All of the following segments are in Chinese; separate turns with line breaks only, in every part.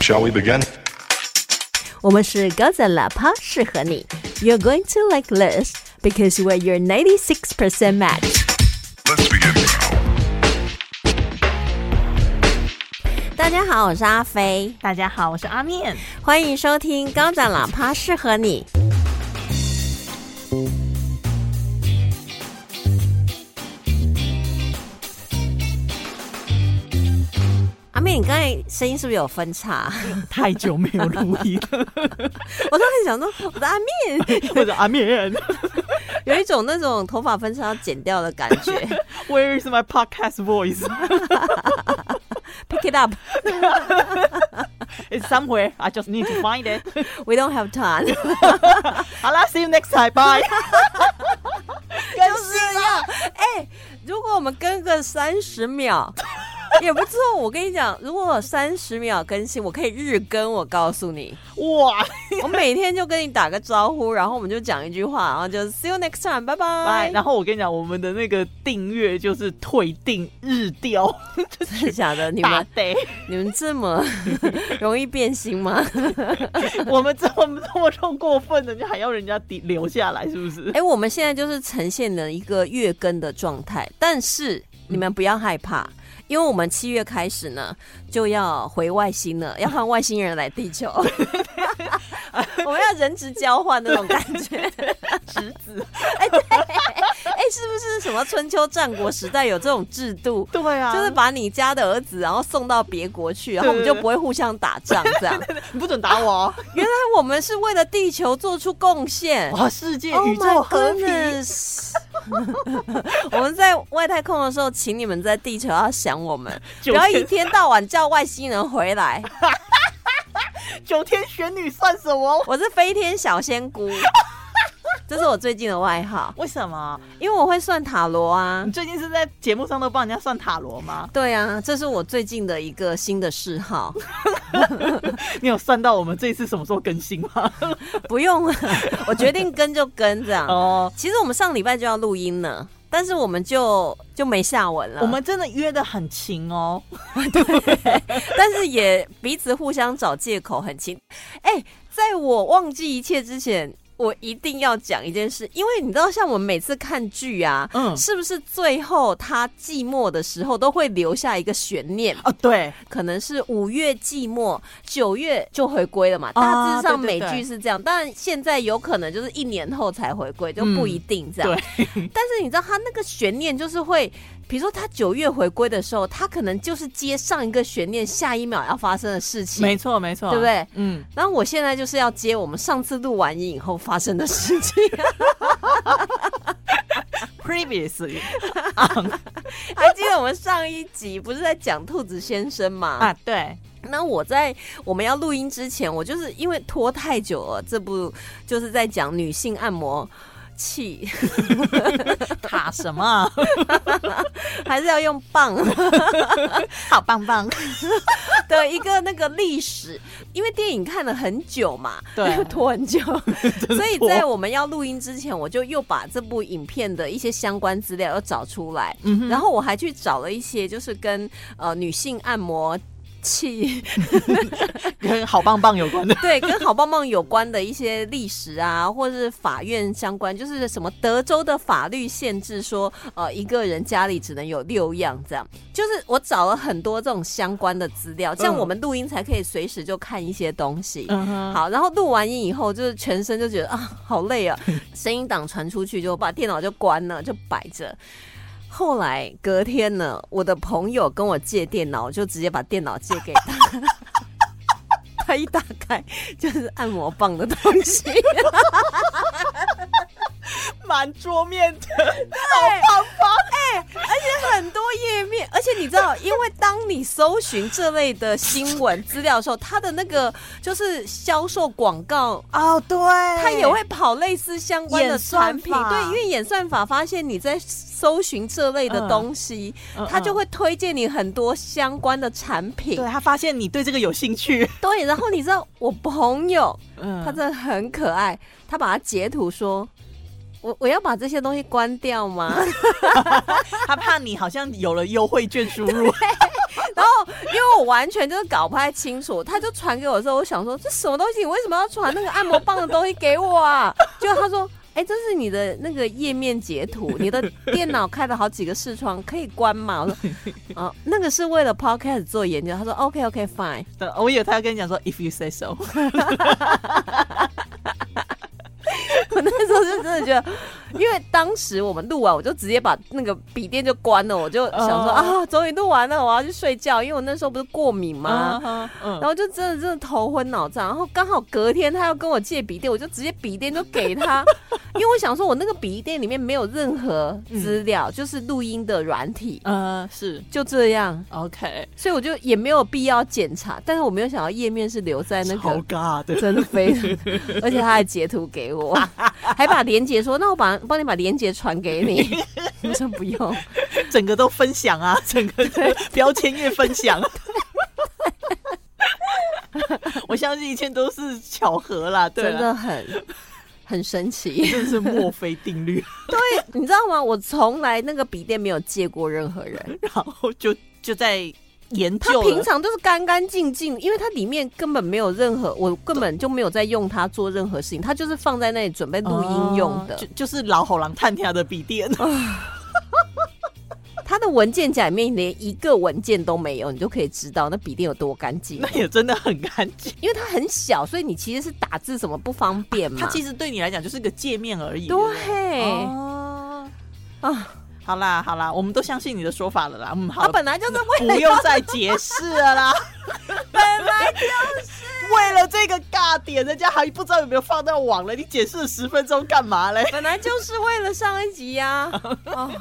Shall we begin?
我们是高赞喇叭，适合你。You're going to like this because we're your 96% match。
Let's begin.
大家好，我是阿飞，
大家好，我是阿面。
欢迎收听高赞喇叭，适合你。阿面，你刚才声音是不是有分岔？
太久没有录音 了，
我突然想说，我的阿面
我的阿面
有一种那种头发分叉剪掉的感觉。
，Where is my podcast voice?
Pick it up,
It's somewhere. I just need to find it.
we don't have time。
好啦，See you next time. Bye.
就是要哎、如果我们跟个三十秒也不错。我跟你讲，如果三十秒更新，我可以日更。我告诉你，
哇，
我每天就跟你打个招呼，然后我们就讲一句话，然后就 see you next time，拜
拜。
拜。
然后我跟你讲，我们的那个订阅就是退订日掉，
真的假的？你
大
们
得。
你们这么 容易变心吗？
我们这我们这么这么过分的，你还要人家抵留下来，是不是？
哎、我们现在就是呈现了一个月更的状态，但是你们不要害怕。因为我们七月开始呢，就要回外星了，要换外星人来地球， 我们要人质交换那种感觉。
侄子，
哎、是不是什么春秋战国时代有这种制度？
对啊，
就是把你家的儿子，然后送到别国去，然后我们就不会互相打仗，这样。
你不准打我哦！
原来我们是为了地球做出贡献。
哇，世界
Oh
宇宙
my
和平，
goodness！我们在外太空的时候，请你们在地球要想我们， 不
九
要一
天
天到晚叫外星人回来。
九天玄女算什么？
我是飞天小仙 姑，这是我最近的外号，
为什么？
因为我会算塔罗啊
你。最近是在节目上都帮人家算塔罗吗？
对啊，这是我最近的一个新的嗜 好。
你有算到我们这一次什么时候更新吗？
不用，我决定跟就跟这样。
哦，
其实我们上礼拜就要录音了，但是我们就就没下文了。
我们真的约的很勤哦。
但是也彼此互相找借口，很亲。哎、在我忘记一切之前，我一定要讲一件事，因为你知道，像我们每次看剧啊，
嗯
是不是最后他寂寞的时候都会留下一个悬念？
哦，对，
可能是五月寂寞，九月就回归了嘛。大
啊
致上
对
美
对对
剧是这样，但现在有可能就是一年后才回归，就不一定这样。
嗯 对
但是你知道，他那个悬念就是会，比如说他九月回归的时候，他可能就是接上一个悬念，下一秒要发生的事情，
没错，没错，
对不？对？
嗯，
然后我现在就是要接我们上次录完音以后发生的事情。
previously
还记得我们上一集不是在讲兔子先生吗？
啊，对，
那我在我们要录音之前，我就是因为拖太久了，这部就是在讲女性按摩器，
塔什 么？
还是要用 棒
好棒棒，
的一个那个历史，因为电影看了很久嘛，
对
又 拖很久，所以
拖
在我们要录音之前，我就又把这部影片的一些相关资料又找出来，
嗯哼
然后我还去找了一些就是跟呃女性按摩器。
跟好棒棒有关的。
对，跟好棒棒有关的一些历史啊，或是法院相关，就是什么德州的法律限制说，呃，一个人家里只能有六样这样。就是我找了很多这种相关的资料，这样
嗯
我们录音才可以随时就看一些东西。
嗯哼，
好，然后录完音以后，就是全身就觉得啊，好累啊，声音档传出去就把电脑就关了，就摆着。后来隔天呢，我的朋友跟我借电脑，我就直接把电脑借给他。 他一打开就是按摩棒的东西，
满桌面的，
很多页面，而且你知道，因为当你搜寻这类的新闻资料的时候，它的那个就是销售广告
哦，对，
它
他
也会跑类似相关的
演
产
算
品，
法
对，因为演算法发现你在搜寻这类的东西，
嗯嗯
它就会推荐你很多相关的产品。
对他发现你对这个有兴趣，
对，然后你知道我朋友
嗯，
他真的很可爱，他把它截图说。我我要把这些东西关掉吗？
他怕你好像有了优惠券输入，
然后后因为我完全就是搞不太清楚，他就传给我的时候，我想说这什么东西？你为什么要传那个按摩棒的东西给我啊？就他说。哎，这是你的那个页面截图，你的电脑开了好几个视窗，可以关吗？我说，哦，那个是为了 podcast 做研究。他说，OK OK fine，
对我以为他要跟你讲说，if you say so，
我那时候就真的觉得，因为当时我们录完，我就直接把那个笔电就关了，我就想说、
哦
啊，终于录完了，我要去睡觉，因为我那时候不是过敏嘛。
啊，
然
嗯，
后就真的真的头昏脑胀，然后刚好隔天他要跟我借笔电，我就直接笔电就给他，因为我想说我那个笔电里面没有任何资料，就是录音的软体，
呃，是
就这样，
OK，
所以我就也没有必要检查，但是我没有想到页面是留在那
好
个
尬的，
真的 非常，而且他还截图给我，还把连接说，那我把帮你把连接传给 你，我说不用，
整个都分享 啊，整个都标签页分享。我相信一切都是巧合啦，对
真
啦，
的很很神奇。
真的是墨菲定律，
对，你知道吗？我从来那个笔电没有借过任何人，
然后就就在研
它
究
哦平
了。
常都是干干净净，因为它里面根本没有任何，我根本就没有在用它做任何事情，它就是放在那里准备录音用的哦
哦。就就是老吼狼探听的笔电，
它的文件夹里面连一个文件都没有，你就可以知道那笔电有多干净
那。也真的很干净。
因为它很小，所以你其实是打字什么不方便嘛。
它其实对你来讲就是个界面而已。不
嗯对
哦，
啊，
好啦好啦，我们都相信你的说法了啦。嗯，
它
好了，
啊本来就是为
不
了
用再解释了 啦。
本来？
为了这个尬点，人家还不知道有没有放到网了，你解释了十分钟干嘛 嘞
本来就是为了上一集呀、哦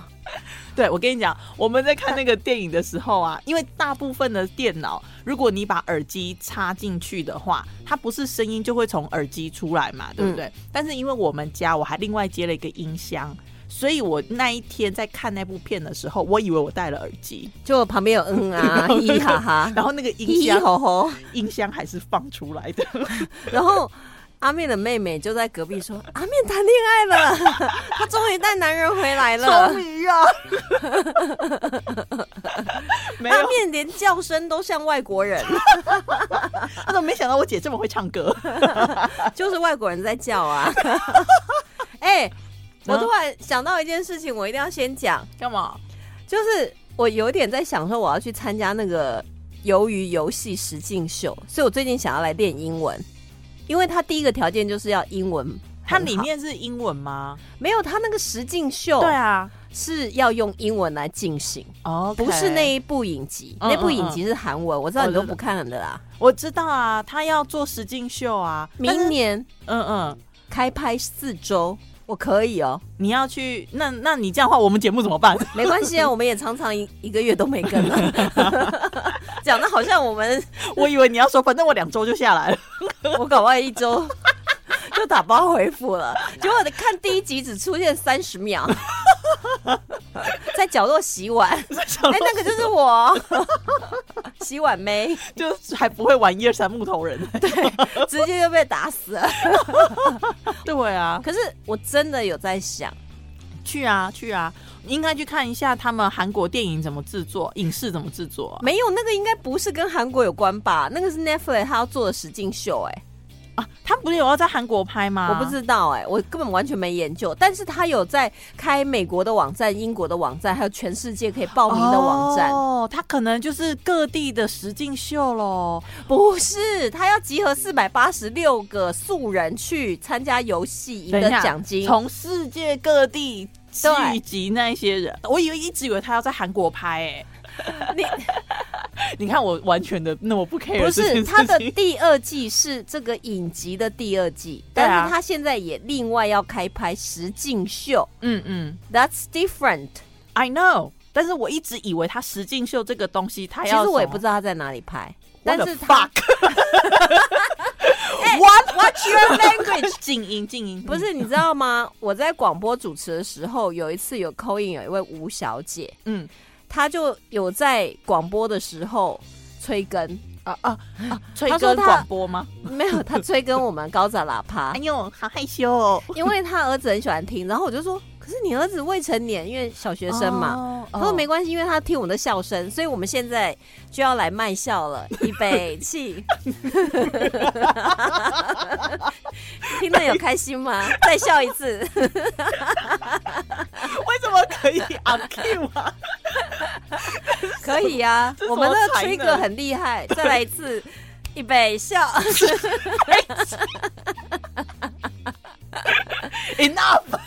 对，我跟你讲，我们在看那个电影的时候啊，因为大部分的电脑，如果你把耳机插进去的话，它不是声音就会从耳机出来嘛，对不对？但是因为我们家我还另外接了一个音箱。所以我那一天在看那部片的时候，我以为我戴了耳机，
就我旁边有嗯 啊，嘻嘻哈哈，
然后那个
嘻
音
嘻
箱
吼吼，
音箱还是放出来的。
然后。阿面的妹妹就在隔壁说：“阿面谈恋爱 了，她终于带男人回来了。
终 于啊，没有
阿面连叫声都像外国 人，
他啊怎么没想到我姐这么会唱歌？
就是外国人在叫 啊。哎、我突然想到一件事情，我一定要先讲，
干嘛？
就是我有点在想说，我要去参加那个鱿鱼游戏实境秀，所以我最近想要来练英文，因为它第一个条件就是要英文很好。
它里面是英文吗？
没有它那个实境秀，
啊，
是要用英文来进行，
哦，
不是那一部影集，
嗯
那部影集是韩文，我知道你
我
都
知
不看的啦。
我知道啊，他要做实境秀啊，但是
明年
嗯嗯，
开拍四周，我可以哦，
你要去那那你这样的话，我们节目怎么办？
没关 系啊，我们也常常一一个月都没跟了， 讲的好像我们
我以为你要说，反正我两周就下来了。
我搞外一周 就打包回府了，结果看第一集只出现三十 秒，在角落洗碗，哎、
想
那个就是我， 洗碗妹，
就是还不会玩一二三木头人。
直接就被打死了。
对啊，
可是我真的有在想，
去啊去啊，应该去看一下他们韩国电影怎么制作，影视怎么制作啊
没有那个应该不是跟韩国有关吧？那个是 Netflix 他要做的实境秀、哎、
啊？他不是有要在韩国拍吗？
我不知道、哎，我根本完全没研究，但是他有在开美国的网站、英国的网站，还有全世界可以报名的网站。
哦，他可能就是各地的实境秀喽。
不是，他要集合四百八十六个素人去参加游戏，赢
等一
得
下
奖金。
从世界各地
对
聚集那一些人。我以为一直以为他要在韩国拍、欸，
你
哎，你看我完全的那么不 care
不
这
是
件
他
事
的
情
第二季是这个影集的第二季，
对
但
啊
是他现在也另外要开拍实境秀
嗯嗯
，That's different。
，I know。但是我一直以为他实境秀这个东西，他
其
要
实我也不
道，
知道他在哪里拍，但
What the
是他
fuck？
What What's your language？
静音静音，
不是，你知道吗？ 我在广播主持的时候，有一次有 call in 有一位吴小姐，
嗯
她就有在广播的时候催更，
啊啊啊，催
他说
更
他
广播吗？
没有，她催更我们高噪喇叭
哎，呦，好害羞哦。
因为她儿子很喜欢听，然后我就说，可是是你儿子未成年，因为小学生嘛。
哦，
他说
哦
没关系，因为他听我们的笑声，所以我们现在就要来卖笑了。预备 起， 听得有开心吗？再笑一次，
为什么 可以 on Q 啊？
可以啊
这。是
我们的
什么才
trigger
能
很厉害，再来一次，预备笑。
Enough！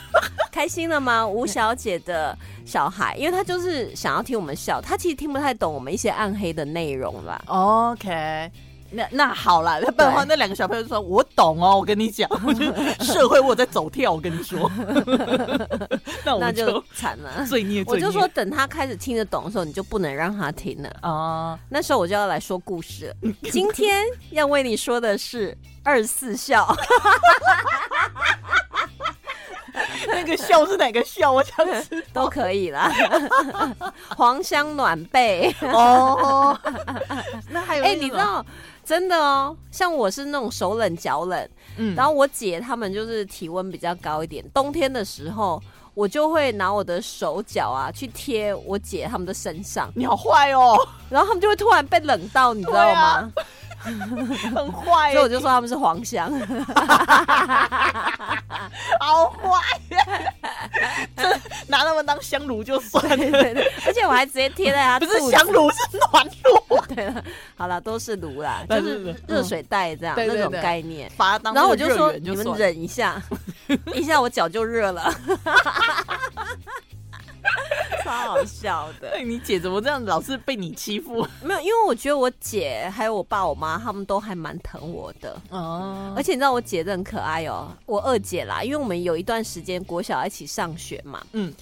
开心了吗？吴小姐的小孩，因为她就是想要听我们笑，她其实听不太懂我们一些暗黑的内容啦。
OK，那那好了，那不然的话，
对
那两个小朋友就说：“我懂哦，我跟你 讲，我觉得社会我在走跳，我跟你说。”那我
那
们
就
就
惨 了。
罪孽，
我
罪孽。
就说，等她开始听得懂的时候，你就不能让她听了。
啊，
那时候我就要来说故事了。 今天要为你说的是二四 孝，
那个笑是哪个笑？我想知
都可以啦。 黄香暖被，
道。哦，那还有
哎、
那
你知
种，
道，真的哦，像我是那种手冷脚冷。
嗯
然后我姐她们就是体温比较高一点，冬天的时候，我就会拿我的手脚啊去贴我姐她们的身上，
你好坏哦，
然后她们就会突然被冷到，你知道吗？
很
所
坏
以我
耶，
就说她们是黄香，
好坏耶，这拿他们当香炉就算
对
了，
对对，而且我还直接贴在她
不
肚
是
子。
香炉是暖 炉，
对了，好了，都是炉啦，就
对
是
对对
热水袋这样
对对
那种
对
概念。
把它当
然后我
那
就
个
说
热源
你
就
们
算了
忍一 下，一下我脚就热了， 超好笑的。
哎，你姐怎么这样，老是被你欺负？
没有，因为我觉得我姐还有我爸我妈他们都还蛮疼我的，
哦
而，且你知道我姐真的很可爱哦，我二姐啦，因为我们有一段时间国小一起上学嘛，
嗯，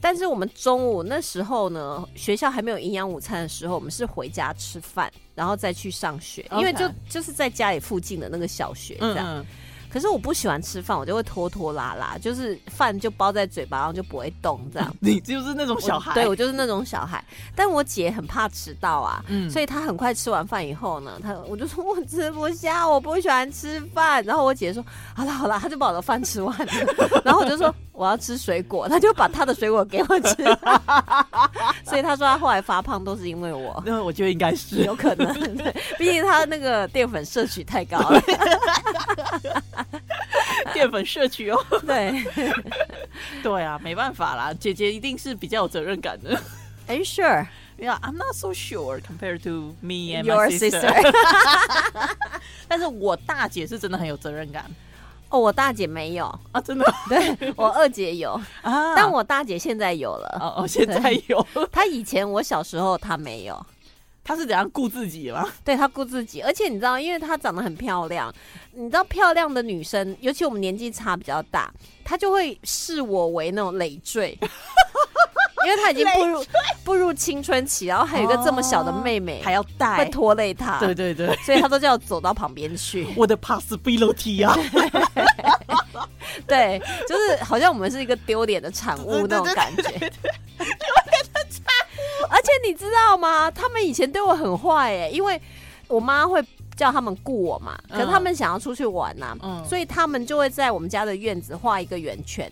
但是我们中午那时候呢，学校还没有营养午餐的时候，我们是回家吃饭，然后再去上学，因为就
OK
就是在家里附近的那个小学这
嗯
样。
嗯
可是我不喜欢吃饭，我就会拖拖拉拉，就是饭就包在嘴巴，然后就不会动这样。
你就是那种小孩，
我对我就是那种小孩，但我姐很怕迟到啊，
嗯
所以她很快吃完饭以后呢，她我就说我吃不下，我不喜欢吃饭。然后我姐说好了好了，她就把我的饭吃完 了。然后我就说我要吃水果，她就把她的水果给我吃。 所以她说她后来发胖都是因为我。
那我觉得应该是
有可 能，对，毕竟她那个淀粉摄取太高了。
淀粉摄取哦。
对，
对啊，没办法啦，姐姐一定是比较有责任感的。
哎，sure，
Yeah, I'm not so sure compared to me and
Your
my sister.
sister
但是我大姐是真的很有责任感
哦，我大姐没有，
啊，真的
对我二姐有，
啊。
但我大姐现在有了。
哦哦，现在有，
她以前我小时候她没有，
她是怎样顾自己吗？
对她顾自己，而且你知道，因为她长得很漂亮，你知道漂亮的女生，尤其我们年纪差比较大，她就会视我为那种累赘， 因为她已经步入步入青春期，然后还有一个这么小的妹妹，
哦还要
会
带？
拖累她，
对对对，
所以她都叫我走到旁边去。
我的 possibility 啊，
对，就是好像我们是一个丢脸的产物那种感觉。 而且你知道吗？他们以前对我很坏哎、因为我妈会叫他们雇我嘛，可
嗯
是他们想要出去玩呐、
嗯
所以他们就会在我们家的院子画一个圆圈，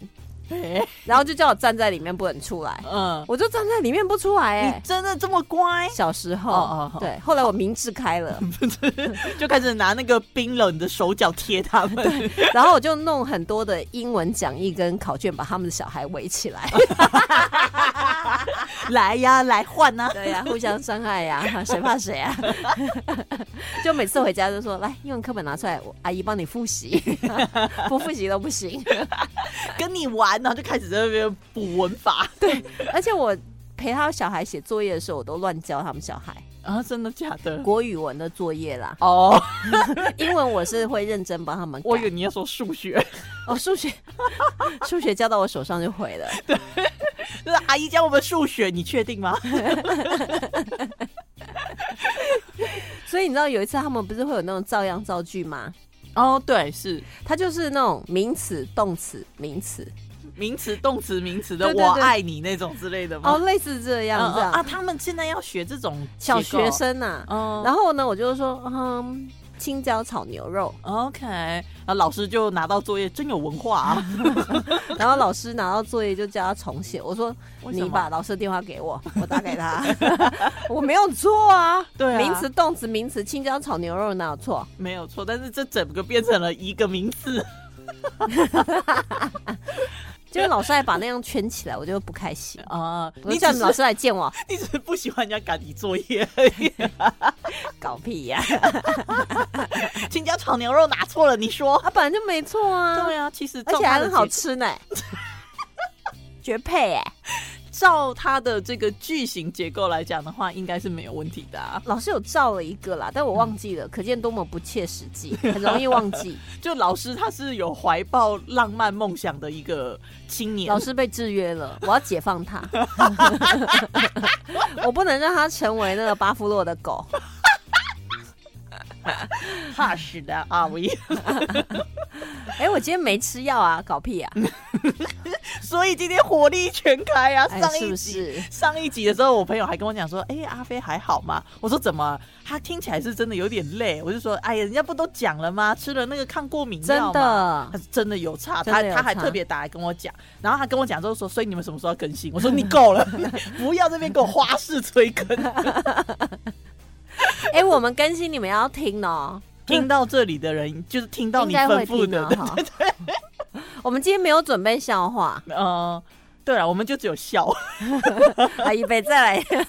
哎
然后就叫我站在里面不能出来，
嗯，
我就站在里面不出来哎、
你真的这么乖？
小时候，
哦哦哦
对，后来我明智开 了，
就开始拿那个冰冷的手脚贴他们，
然后我就弄很多的英文讲义跟考卷，把他们的小孩围起来。
来呀，来换啊呐。
对呀、互相伤害呀、 谁怕谁啊？就每次回家就说，来，英文课本拿出来，我阿姨帮你复习， 不复习都不行。
跟你玩，然后就开始在那边补文法。
而且我陪他小孩写作业的时候，我都乱教他们小孩
啊，真的假的？
国语文的作业啦，
哦，
英文我是会认真帮他们改。
我以为你要说数学，
哦，数学，数学交到我手上就毁了。
就是阿姨教我们数学，你确定吗？
所以你知道有一次他们不是会有那种照样造句吗？
哦，对，是
它就是那种名词、动词、名词，
名词、动词、名词的
对
“
对
我
对
爱你”那种之类的吗？
哦，类似这样
嗯
这
嗯
样。
啊，他们现在要学这种
小
结构
学，生呐、
嗯，
然后呢，我就说，嗯，青椒炒牛 肉，
OK，啊，老师就拿到作业，真有文化啊！
然后老师拿到作业就叫他重写。我说
为什
你
么
把老师的电话给 我，我打给他，我没有错啊。
对啊
名词、动词、名词，青椒炒牛肉哪有错？
没有错，但是这整个变成了一个名字。
结果老师还把那样圈起来，我就不开 心。
啊、
我就
你只
叫你
是
老师来见我，
你只是不喜欢人家赶你作业而已。
搞屁 呀、
青椒炒牛肉拿错了，你说？
啊！本来就没错啊，
对啊，其实
而
照
且还
他的
很好
结
吃 呢，绝配哎、
照他的这个句型结构来讲的话，应该是没有问题的、啊。
老师有照了一个啦，但我忘记了，可见多么不切实际，很容易忘记。
就老师他是有怀抱浪漫梦想的一个青年，
老师被制约了，我要解放他， 我不能让他成为那个巴夫洛的狗。
踏实的啊阿威，
哎、我今天没吃药啊，搞屁啊！
所以今天火力全开啊！
哎、
上
是不
一集、
是？
上一集的时候，我朋友还跟我讲说：“哎、阿飞还好吗？”我说：“怎么？他听起来是真的有点累。”我就说：“哎呀，人家不都讲了吗？吃了那个抗过敏
真
药吗？”
的
他，是真的有差，
真
他
的有
他还
差
特别打来跟我讲，然后他跟我讲之后说：“所以你们什么时候要更新？”我说：“你够了， 你不要这边给我花式催更。
哎、我们更新你们要听哦，”
听到这里的人，就是听到
应
你
该
吩
会
咐
听
的
的，哈。我们今天没有准备笑话，
嗯、呃，对了，我们就只有 笑。
啊，预备再 来。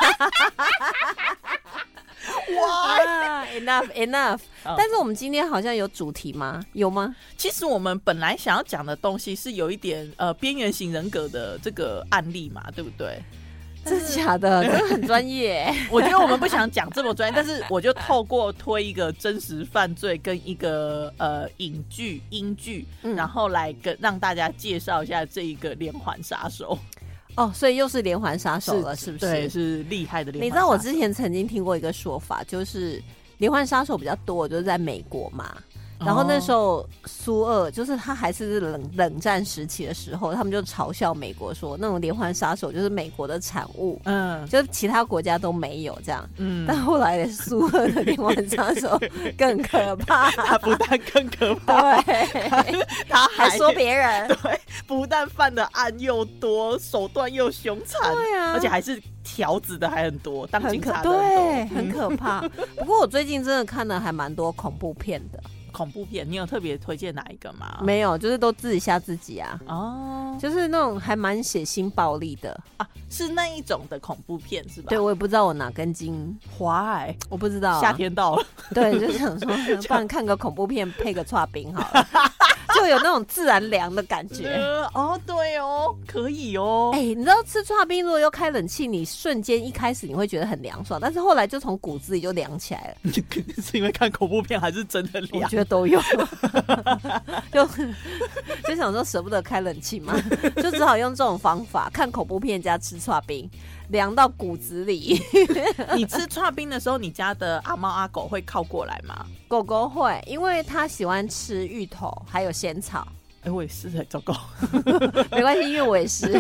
哇，
啊，enough enough
嗯。
但是我们今天好像有主题吗？有吗？
其实我们本来想要讲的东西是有一点呃边缘型人格的这个案例嘛，对不对？
真的假的？真的很专业。
我觉得我们不想讲这么专业，但是我就透过推一个真实犯罪跟一个呃影剧、英剧，
嗯
然后来跟让大家介绍一下这一个连环杀手，
哦，所以又是连环杀手了，是不
对，
是？
是厉害的连环杀手。
你知道我之前曾经听过一个说法，就是连环杀手比较多，就是在美国嘛。然后那时
候
候苏俄就是他还是冷冷战时期的时候，他们就嘲笑美国说那种连环杀手就是美国的产物，
嗯
就是其他国家都没有这样。
嗯，
但后来的苏俄的连环杀手更可 怕，
他不但更可怕，
对，
他
还说别人，
对，不但犯的案又多，手段又凶残，
对啊，
而且还是条子的还很多，当
很
警
可
察的很多
对，很可怕。 不过我最近真的看了还蛮多恐怖片的，
恐怖片，你有特别推荐哪一个吗？
没有，就是都自己吓自己啊，
哦
就是那种还蛮血腥暴力的。
啊，是那一种的恐怖片是吧？
对，我也不知道我哪根筋，
，Why？
我不知道啊、
夏天到了，
对，就想 说，呃不然看个恐怖片配个串冰好 了，就有那种自然凉的感 觉。
呃 哦，对哦，可以哦
哎、，你知道吃串冰如果又开冷气，你瞬间一开始你会觉得很凉爽，但是后来就从骨子里就凉起 来了。
是因为看恐怖片还是真的
我
凉？
觉得都有， 就 就想说舍不得开冷气嘛，就只好用这种方法，看恐怖片加吃串冰，凉到骨子里。
你吃串冰的时候，你家的阿猫阿狗会靠过来吗？
狗狗会，因为它喜欢吃芋头还有仙草，
哎、我也是，很糟糕，
没关系，因为我也是，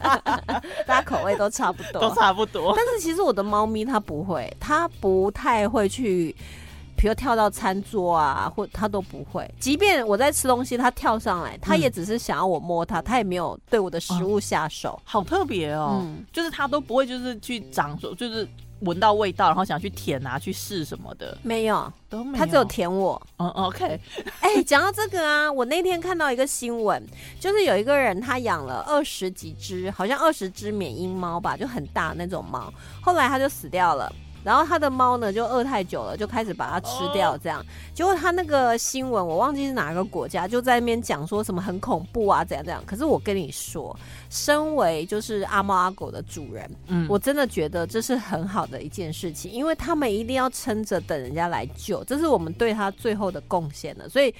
大家口味都差不
都
多。
差不多。
但是其实我的猫咪它不会，它不太会去。比如跳到餐桌啊，或它都不会。即便我在吃东西，它跳上来，它也只是想要我摸它，它也没有对我的食物下手。
好特别哦，
嗯
就是他都不会，就是去长，就是闻到味道，然后想去舔啊，去试什么的
没有，
都没有。
它只有舔我。
嗯，OK，
哎、讲到这个啊，我那天看到一个新闻，就是有一个人他养了二十几只，好像二十只缅因猫吧，就很大那种猫，后来他就死掉了。然后他的猫呢，就饿太久了，就开始把它吃掉，这样。结果他那个新闻，我忘记是哪个国家，就在那边讲说什么很恐怖啊，怎样怎样。可是我跟你说，身为就是阿猫阿狗的主人，
嗯，
我真的觉得这是很好的一件事情，因为他们一定要撑着等人家来救，这是我们对他最后的贡献了。所以，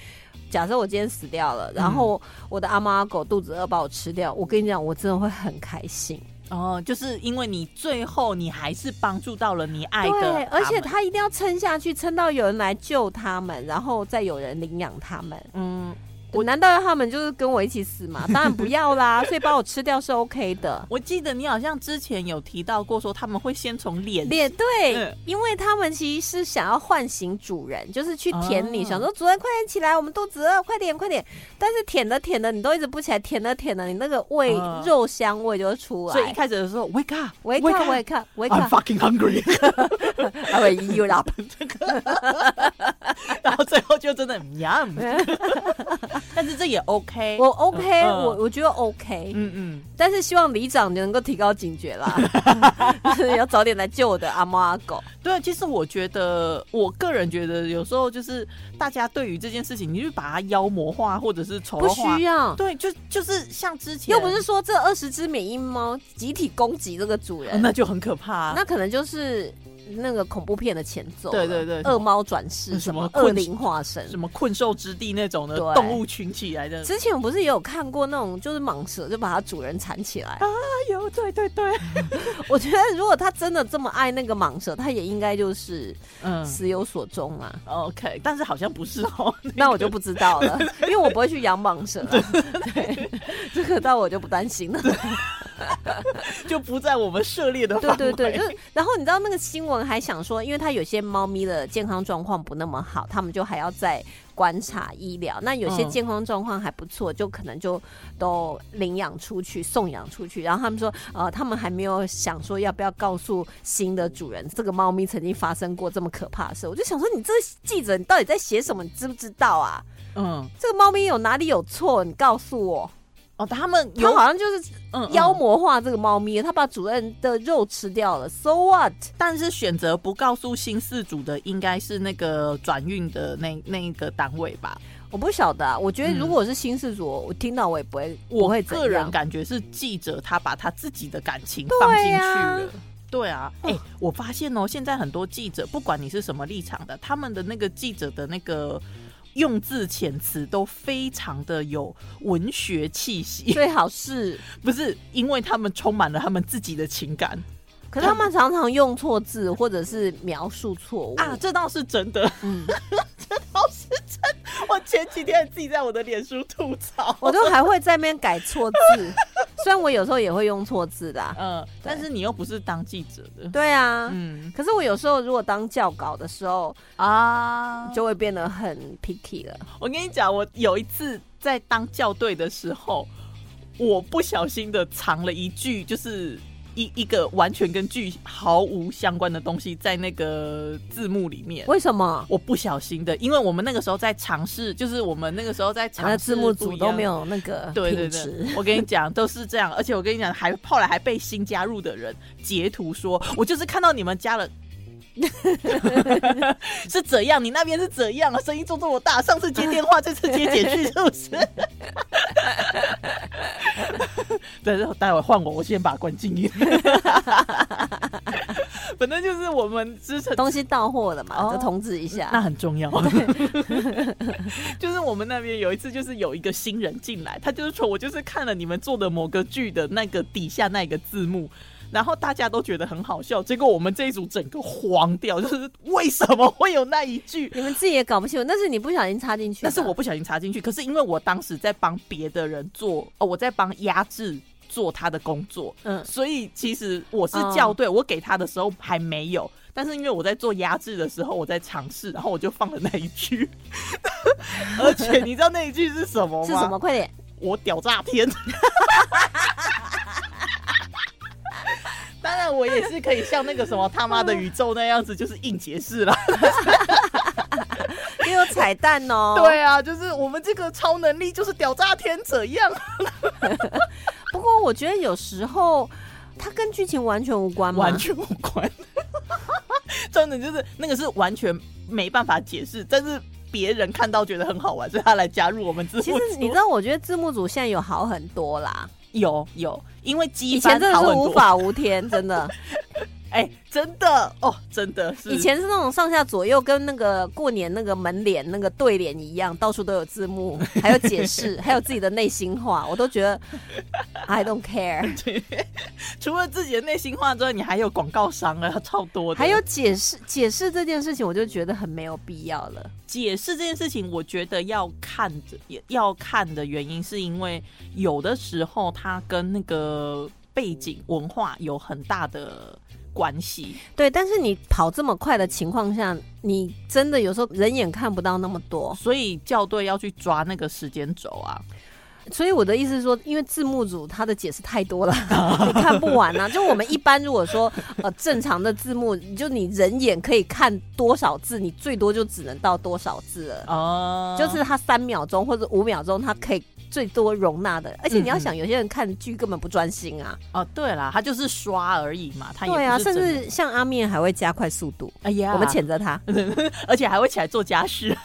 假设我今天死掉了，
嗯
然后我的阿猫阿狗肚子饿把我吃掉，我跟你讲，我真的会很开心。
哦，就是因为你最后你还是帮助到了你爱的他
对，
们，
而且他一定要撑下去，撑到有人来救他们，然后再有人领养他们。
嗯，
我难道要他们就是跟我一起死吗？当然不要 啦，所以把我吃掉是 OK 的。
我记得你好像之前有提到过，说他们会先从脸
脸对，
嗯
因为他们其实是想要唤醒主人，就是去舔你，
哦
想说主人快点起来，我们肚子饿，快点快点。但是舔着舔着，你都一直不起来，舔着舔着，你那个味、
嗯
肉香味就会出来。
所以一开始的时候，wake up，
我一看，我一看，我一看，
I'm fucking hungry，
啊， 我一又拉
然后最后就真的 yum，但是这也 OK，
我 OK，、
嗯
我我觉得 OK，、
嗯嗯，
但是希望里长能够提高警觉 啦，就是要早点来救我的阿猫阿狗。
对，啊其实我觉得，我个人觉得有时候就是大家对于这件事情，你就把它妖魔化或者是丑
不
陋化
需，要，
对，就就是像之前
又不是、说这二十只缅因猫集体攻击这个主
哦
人，
那就很可怕、啊。
那可能就是那个恐怖片的前奏了，
对对对
恶猫转世什么
什么
恶
困
灵化身。
什么困兽之地那种的
对
动物群起来的，
之前我不是也有看过那种，就是蟒蛇就把它主人缠起来。
哎呦，对对对，
我觉得如果它真的这么爱那个蟒蛇，它也应该就是
嗯
死有所终啊。
，OK，但是好像不是哦，
那我就不知道了，因为我不会去养蟒蛇、啊。 对，这个倒我就不担心了。
就不在我们涉 猎的
对
范
对
围。
对，就是然后你知道那个新闻还想说，因为它有些猫咪的健康状况不那么好，他们就还要再观察医疗。那有些
嗯
健康状况还不错，就可能就都领养出去、送养出去。然后他们说，呃，他们还没有想说要不要告诉新的主人，这个猫咪曾经发生过这么可怕的事。我就想说，你这个记者你到底在写什么？你知不知道啊？
嗯，
这个猫咪有哪里有错？你告诉我。
哦，他们
他
有
好像就是呃
嗯
妖，魔化这个猫咪，他把主任的肉吃掉了，so what？
嗯但是选择不告诉新事主的应该是那个转运的那那一个单位吧。
我不晓得啊，我觉得
嗯
如果是新事主，我听到我也不会，不
我
会怎
个人
样。
感觉是记者他把他自己的感情放进
啊
去了。对啊，哎、我发现哦，现在很多记者，不管你是什么立场的，他们的那个记者的那个用字遣词都非常的有文学 气息，
最好 是，
不是因为他们充满了他们自己的情感
可是他们常常用错字或者是描述错误
啊，。这倒是真的。
嗯，
我前几天自己在我的脸书吐槽，
我都还会在那边改错字，虽然我有时候也会用错字的啊。
嗯、但是你又不是当记者的，
对啊，
嗯
可是我有时候如果当教稿的时候，
啊
就会变得很 picky 了。
我跟你讲，我有一次在当校队的时候，我不小心的藏了一句，就是一一个完全跟剧毫无相关的东西在那个字幕里面。
为什么？
我不小心的，因为我们那个时候在尝试，就是我们那个时候在尝
啊那
试
字幕
不
组
一
都
样
没。有那个
对对
品
对
质。，
我跟你讲都是这样，而且我跟你讲，还后来还被新加入的人截图说，我就是看到你们加了。 是怎样？你那边是怎样啊？声音做这么大，上次接电话，这次接简 讯，是不是？ 对，待会换我，我先把它关静音。 反正就是我们之前
东西到货了嘛，
哦
就通知一下。
那很重要。 就是我们那边有一次，就是有一个新人进来，他就是说，我就是看了你们做的某个剧的那个底下那个字幕。然后大家都觉得很好笑，结果我们这一组整个黄掉，就是为什么会有那一句？
你们自己也搞不清楚，那是你不小心插进去的。
那是我不小心插进去，可是因为我当时在帮别的人做，哦，我在帮压制做他的工作，
嗯，
所以其实我是校对，我给他的时候还没有，但是因为我在做压制的时候，我在尝试，然后我就放了那一 句，而且你知道那一句是什么吗？
是什么？？快点！
我屌炸天！当然，我也是可以像那个什么他妈的宇宙那样子，就是硬解释啦。。
也有彩蛋哦。
对啊，就是我们这个超能力就是屌炸天怎样？
不过我觉得有时候它跟剧情完全无关嘛。
完。全无关。 真的就是那个是完全没办法解释，但是别人看到觉得很好玩，所以他来加入我们字幕
其
组。
实你知道，我觉得字幕组现在有好很多啦，
有有，因为机
以前
翻
真的
好
是
很
无
多。
法无天，真的。
哎、真的哦，真的是
以前是那种上下左右跟那个过年那个门帘那个对联一样，到处都有字幕，还有解释，还有自己的内心话，我都觉得 I don't care。
除了自己的内心话之外，你还有广告商啊，超多的。
还有解释解释这件事情，我就觉得很没有必要了。
解释这件事情，我觉得要看着也要看的原因，是因为有的时候它跟那个背景文化有很大的关系。
对，但是你跑这么快的情况下，你真的有时候人眼看不到那么多。
所以校对要去抓那个时间轴啊，
所以我的意思是说，因为字幕组他的解释太 多了，你看不完啊。就我们一般如果说呃正常的字幕，就你人眼可以看多少字，你最多就只能到多少字了。
哦、
就是他三秒钟或者五秒钟，他可以最多容纳的。而且
嗯
你要想，有些人看剧根本不专心啊。
哦，对啦，他就是刷而已嘛，他也
对啊，
不是
甚
真的
至像阿面还会加快速度，
哎呀，
我们谴责 他。
而且还会起来做 家事。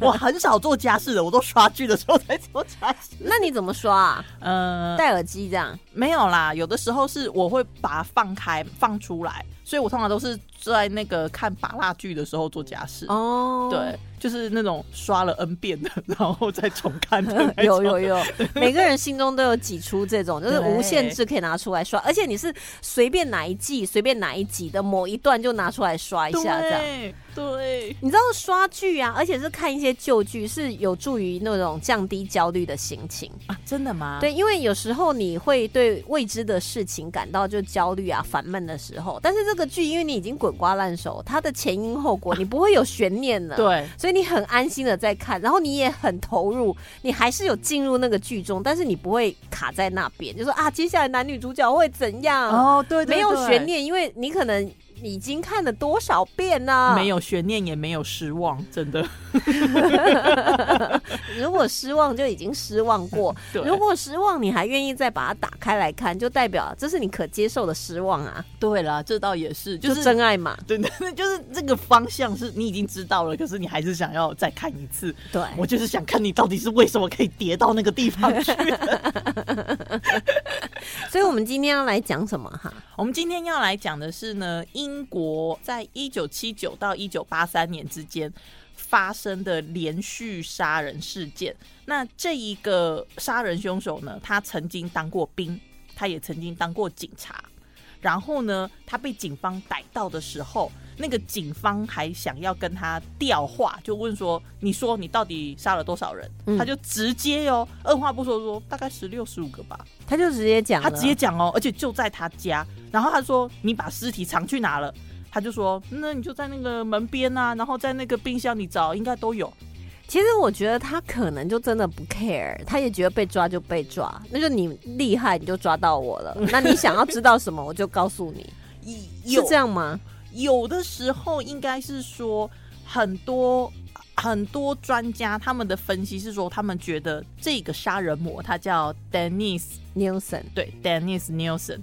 我很少做家事的，我都刷剧的时候才做家事。
那你怎么刷啊？
嗯、
戴耳机这样？
没有啦，有的时候是我会把它放开放出来，所以我通常都是在那个看拔蜡剧的时候做家事。
哦，
对，就是那种刷了 N 遍的，然后再重看 的那
有
种。
有有，每个人心中都有几出这种，就是
对
无限制可以拿出来刷，而且你是随便哪一季、随便哪一集的某一段就拿出来刷一下这样。
对对，
你知道刷剧啊，而且是看一些旧剧，是有助于那种降低焦虑的心情。
啊，真的吗？
对，因为有时候你会对未知的事情感到就焦虑啊、烦闷的时候，但是这个剧因为你已经滚瓜烂熟，它的前因后果你不会有悬念了。
对，
所以你很安心的在看，然后你也很投入，你还是有进入那个剧中，但是你不会卡在那边，就说啊，接下来男女主角会怎样？
哦对
没有悬，念，因为你可能已经看了多少遍啊呢？
没。有悬念，也没有失望，真的。
如果失望就已经失望过，
对，
如果失望你还愿意再把它打开来看，就代表这是你可接受的失望啊，
对啦，这倒也是，
就
就是
真爱嘛。
对，对，就是这个方向是你已经知道了，可是你还是想要再看一次。
对，
我就是想看你到底是为什么可以跌到那个地方去。
所以我们今天要来讲什么哈？
我们今天要来讲的是呢，英国在一九七九到一九八三年之间发生的连续杀人事件。那这一个杀人凶手呢，他曾经当过兵，他也曾经当过警察。然后呢，他被警方逮到的时候，那个警方还想要跟他调话，就问说：“你说你到底杀了多少人？”
嗯
他就直接哦，二话不说说大概十六十五个吧。
他就直接讲了，
他直接讲哦，而且就在他家。然后他说：“你把尸体藏去哪了？”他就说：“那你就在那个门边啊，然后在那个冰箱里找，应该都有。
其实我觉得他可能就真的不 care，他也觉得被抓就被抓，那就你厉害你就抓到我了，那你想要知道什么我就告诉你，是
嗯 有
这样吗？
有的时候应该是说很多。”很多专家他们的分析是说，他们觉得这个杀人魔他叫 Dennis，
Nielsen，
对 Dennis Nielsen，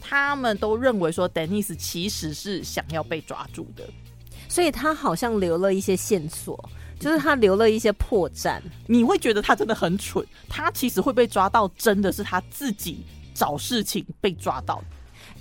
他们都认为说 Dennis 其实是想要被抓住的。
所以他好像留了一些线索，就是他留了一些破绽。
你会觉得他真的很蠢，他其实会被抓到，真的是他自己找事情被抓到的。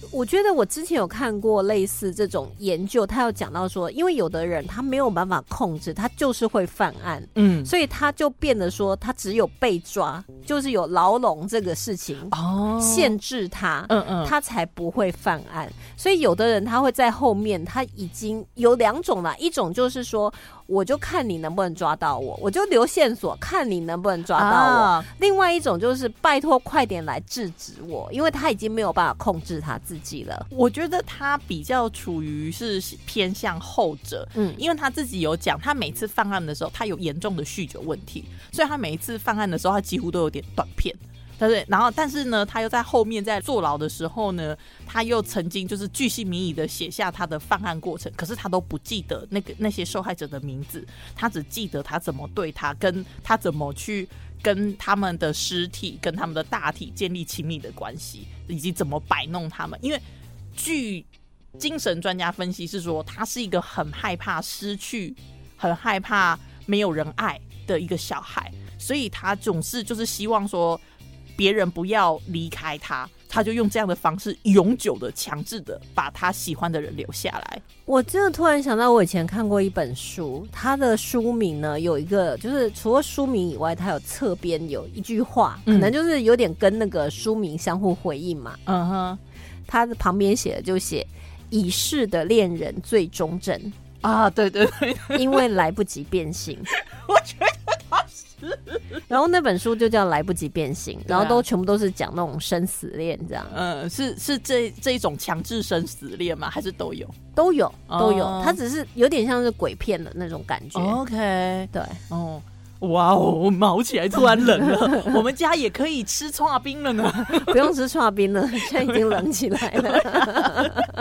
我觉得我之前有看过类似这种研究，他有讲到说，因为有的人他没有办法控制，他就是会犯案。
嗯，
所以他就变得说，他只有被抓，就是有牢笼这个事情
哦
限制他。
嗯嗯，
他才不会犯案。所以有的人他会在后面，他已经有两种啦，一种就是说，我就看你能不能抓到我，我就留线索，看你能不能抓到我。
啊
另外一种就是拜托快点来制止我，因为他已经没有办法控制他自己了。
我觉得他比较处于是偏向后者，
嗯，
因为他自己有讲，他每次犯案的时候，他有严重的酗酒问题，所以他每一次犯案的时候，他几乎都有点断片。但是，然后，但是呢，他又在后面在坐牢的时候呢，他又曾经就是巨细靡遗的写下他的犯案过程，可是他都不记得那个那些受害者的名字，他只记得他怎么对他，跟他怎么去跟他们的尸体、跟他们的大体建立亲密的关系，以及怎么摆弄他们。因为据精神专家分析是说，他是一个很害怕失去、很害怕没有人爱的一个小孩，所以他总是就是希望说别人不要离开他，他就用这样的方式永久的、强制的把他喜欢的人留下来。
我真的突然想到，我以前看过一本书，它的书名呢有一个，就是除了书名以外，它有侧边有一句话，可
嗯
能就是有点跟那个书名相互回应嘛。
嗯哼，
它的旁边写的就写“已逝的恋人最忠 贞，
啊，对对对，
因为来不及变心”。
我觉得他是
然后那本书就叫《来不及变心》，
对
然
啊
后都全部都是讲那种生死恋这样。
嗯，是是这这一种强制生死恋吗？还是都有
都有
哦
都有，它只是有点像是鬼片的那种感觉。
？OK，
对，
哦。哇哦，毛起来突然冷 了，我们家也可以吃葱啊冰了呢。
不用吃串冰了， 现在已经冷起来 了。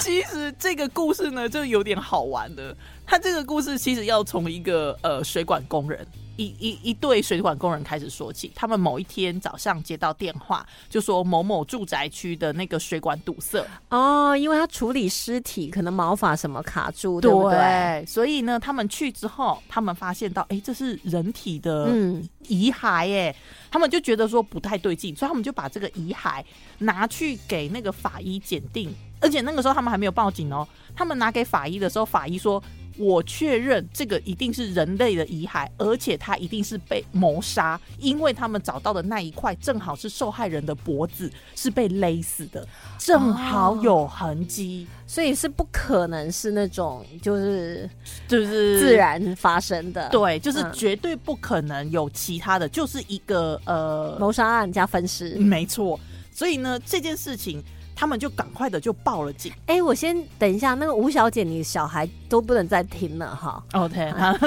其实这个故事呢，就有点好玩的。他这个故事其实要从一个呃水管工人，一一一对水管工人开始说起。他们某一天早上接到电话，就说某某住宅区的那个水管堵塞，
哦，因为它处理尸体，可能毛发什么卡住，对不对？
对所以呢，他们去之后，他们发现到，哎、这是人体的
嗯，
遗骸、耶，他们就觉得说不太对劲，所以他们就把这个遗骸拿去给那个法医检定，而且那个时候他们还没有报警哦，他们拿给法医的时候，法医说。我确认这个一定是人类的遗骸，而且它一定是被谋杀，因为他们找到的那一块正好是受害人的脖子是被勒死的，正好
哦
有痕迹，
所以是不可能是那种就是
就是
嗯自然发生的，，
对，就是
嗯
绝对不可能有其他的，就是一个呃，
谋杀案加分尸。
没错。所以呢，这件事情他们就赶快的就报了警。
哎、我先等一下，那个吴小姐，你小孩都不能再听了哈，
OK，哈，啊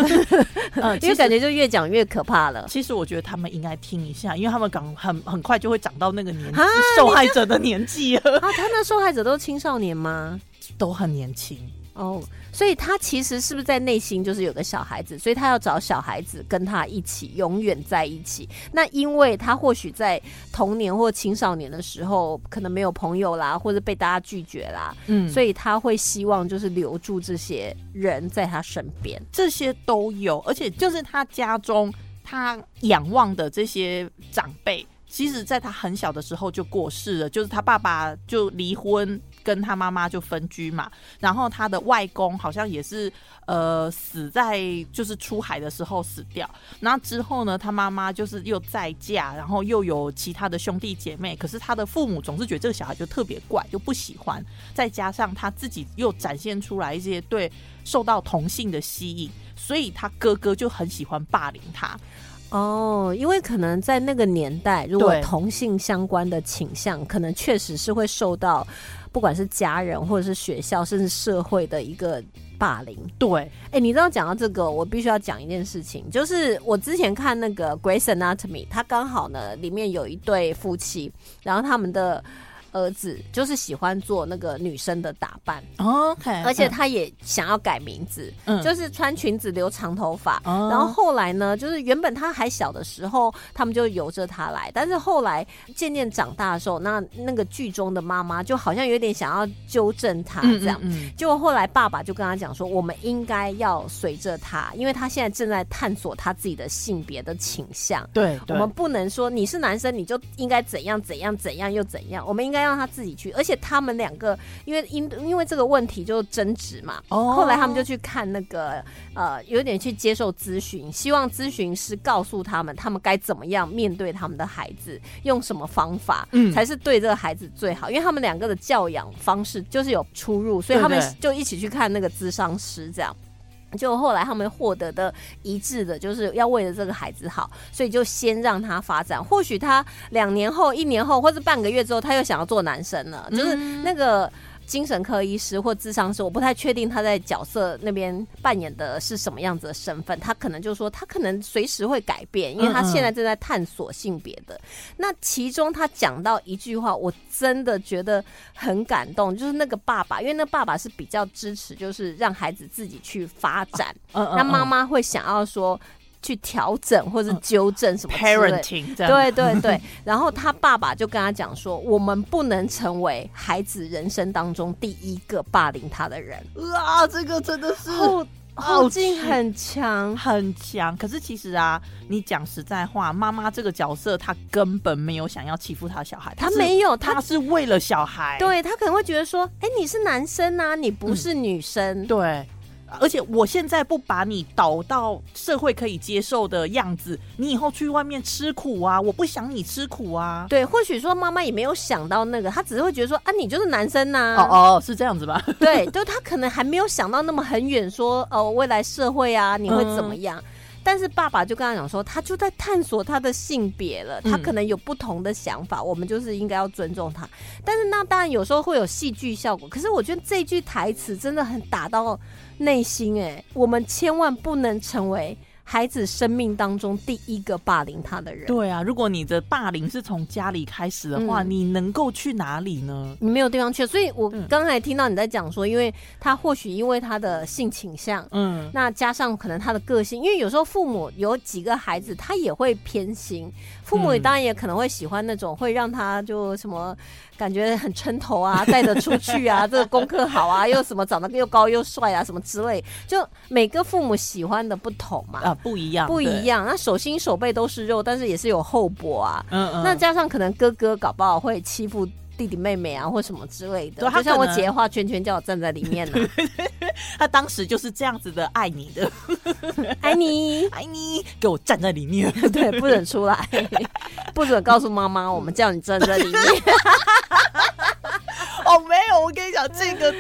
呃，
因
其
为
实
感觉就越讲越可怕了。
其实我觉得他们应该听一下，因为他们赶很很快就会长到那个年纪
啊，
受害者的年纪了，
啊，他那受害者都是青少年吗？
都很年轻。
哦，所以他其实是不是在内心就是有个小孩子，所以他要找小孩子跟他一起，永远在一起。那因为他或许在童年或青少年的时候，可能没有朋友啦，或者被大家拒绝啦，
嗯
所以他会希望就是留住这些人在他身边。
这些都有，而且就是他家中他仰望的这些长辈，其实在他很小的时候就过世了，就是他爸爸就离婚。跟他妈妈就分居嘛，然后他的外公好像也是呃死在就是出海的时候死掉，然后之后呢，他妈妈就是又再嫁，然后又有其他的兄弟姐妹，可是他的父母总是觉得这个小孩就特别怪，就不喜欢，再加上他自己又展现出来一些对受到同性的吸引，所以他哥哥就很喜欢霸凌他。
哦，因为可能在那个年代，如果
对
同性相关的倾向，可能确实是会受到不管是家人或者是学校，甚至社会的一个霸凌。
对，
哎、你知道讲到这个，我必须要讲一件事情，就是我之前看那个《Grey's Anatomy》，它刚好呢里面有一对夫妻，然后他们的儿子就是喜欢做那个女生的打扮，
OK，
而且他也想要改名字，
嗯
就是穿裙子留长头发。
然
然后后来呢，就是原本他还小的时候，他们就由着他来，但是后来渐渐长大的时候，那那个剧中的妈妈就好像有点想要纠正他这样，
嗯
结果后来爸爸就跟他讲说，我们应该要随着他，因为他现在正在探索他自己的性别的倾向。
对，
我们不能说你是男生你就应该怎样怎样怎样又怎样，我们应该让他自己去。而且他们两个因为因因为这个问题就争执嘛，
哦
后来他们就去看那个呃，有点去接受咨询，希望咨询师告诉他们他们该怎么样面对他们的孩子，用什么方法，
嗯
才是对这个孩子最好。因为他们两个的教养方式就是有出入，所以
对
他们
对
就一起去看那个咨商师，这样。就后来他们获得的一致的，就是要为了这个孩子好，所以就先让他发展。或许他两年后、一年后，或者半个月之后，他又想要做男生了，
嗯
就是那个。精神科医师或智商师，我不太确定他在角色那边扮演的是什么样子的身份。他可能就说，他可能随时会改变，因为他
嗯嗯
现在正在探索性别的。那其中他讲到一句话，我真的觉得很感动，就是那个爸爸，因为那爸爸是比较支持，就是让孩子自己去发展，
嗯嗯嗯
那妈妈会想要说去调整或者纠正什么之类的
parenting 这样，
对对对， 然后他爸爸就跟他讲说，我们不能成为孩子人生当中第一个霸凌他的人。
对，啊，这个真的是
后后劲很强，
很强。可是其实啊，你讲实在话，妈妈这个角色她根本没有想要欺负她小孩，
他
是
没有
她
他，
是为了小孩。
对他可能会觉得说，哎、你是男生啊，你不是女生，
对。而且我现在不把你导到社会可以接受的样子，你以后去外面吃苦啊！我不想你吃苦啊！
对，或许说妈妈也没有想到那个，她只是会觉得说啊，你就是男生呐、
哦哦，是这样子吧？
对，就她可能还没有想到那么很远说，哦，未来社会啊，你会怎么
嗯
样？但是爸爸就跟他讲说，他就在探索他的性别了，他
嗯
可能有不同的想法，我们就是应该要尊重他。但是那当然有时候会有戏剧效果，可是我觉得这句台词真的很打到内心、哎，我们千万不能成为孩子生命当中第一个霸凌他的人。
对啊，如果你的霸凌是从家里开始的话，
嗯
你能够去哪里呢？
你没有地方去，所以我
嗯
刚才听到你在讲说，因为他或许因为他的性倾向，
嗯，
那加上可能他的个性，因为有时候父母有几个孩子，他也会偏心，父母
嗯
当然也可能会喜欢那种会让他就什么感觉很撑头啊， 带得出去啊，这个功课好啊，又什么长得又高又帅啊，什么之类，就每个父母喜欢的不同嘛，
啊，不一样，
不
对
一。样。那手心手背都是肉，但是也是有厚薄啊，
嗯嗯，
那加上可能哥哥搞不好会欺负弟弟妹妹啊，或什么之类的。
对他
就像我
可能
姐的话，圈圈叫我站在里面啊 呢、
他当时就是这样子的爱你的，
爱你。
爱你，给我站在里面。
对，不准出来，不准告诉妈妈，我们叫你站在里面。
哦，没有，我跟你讲，这个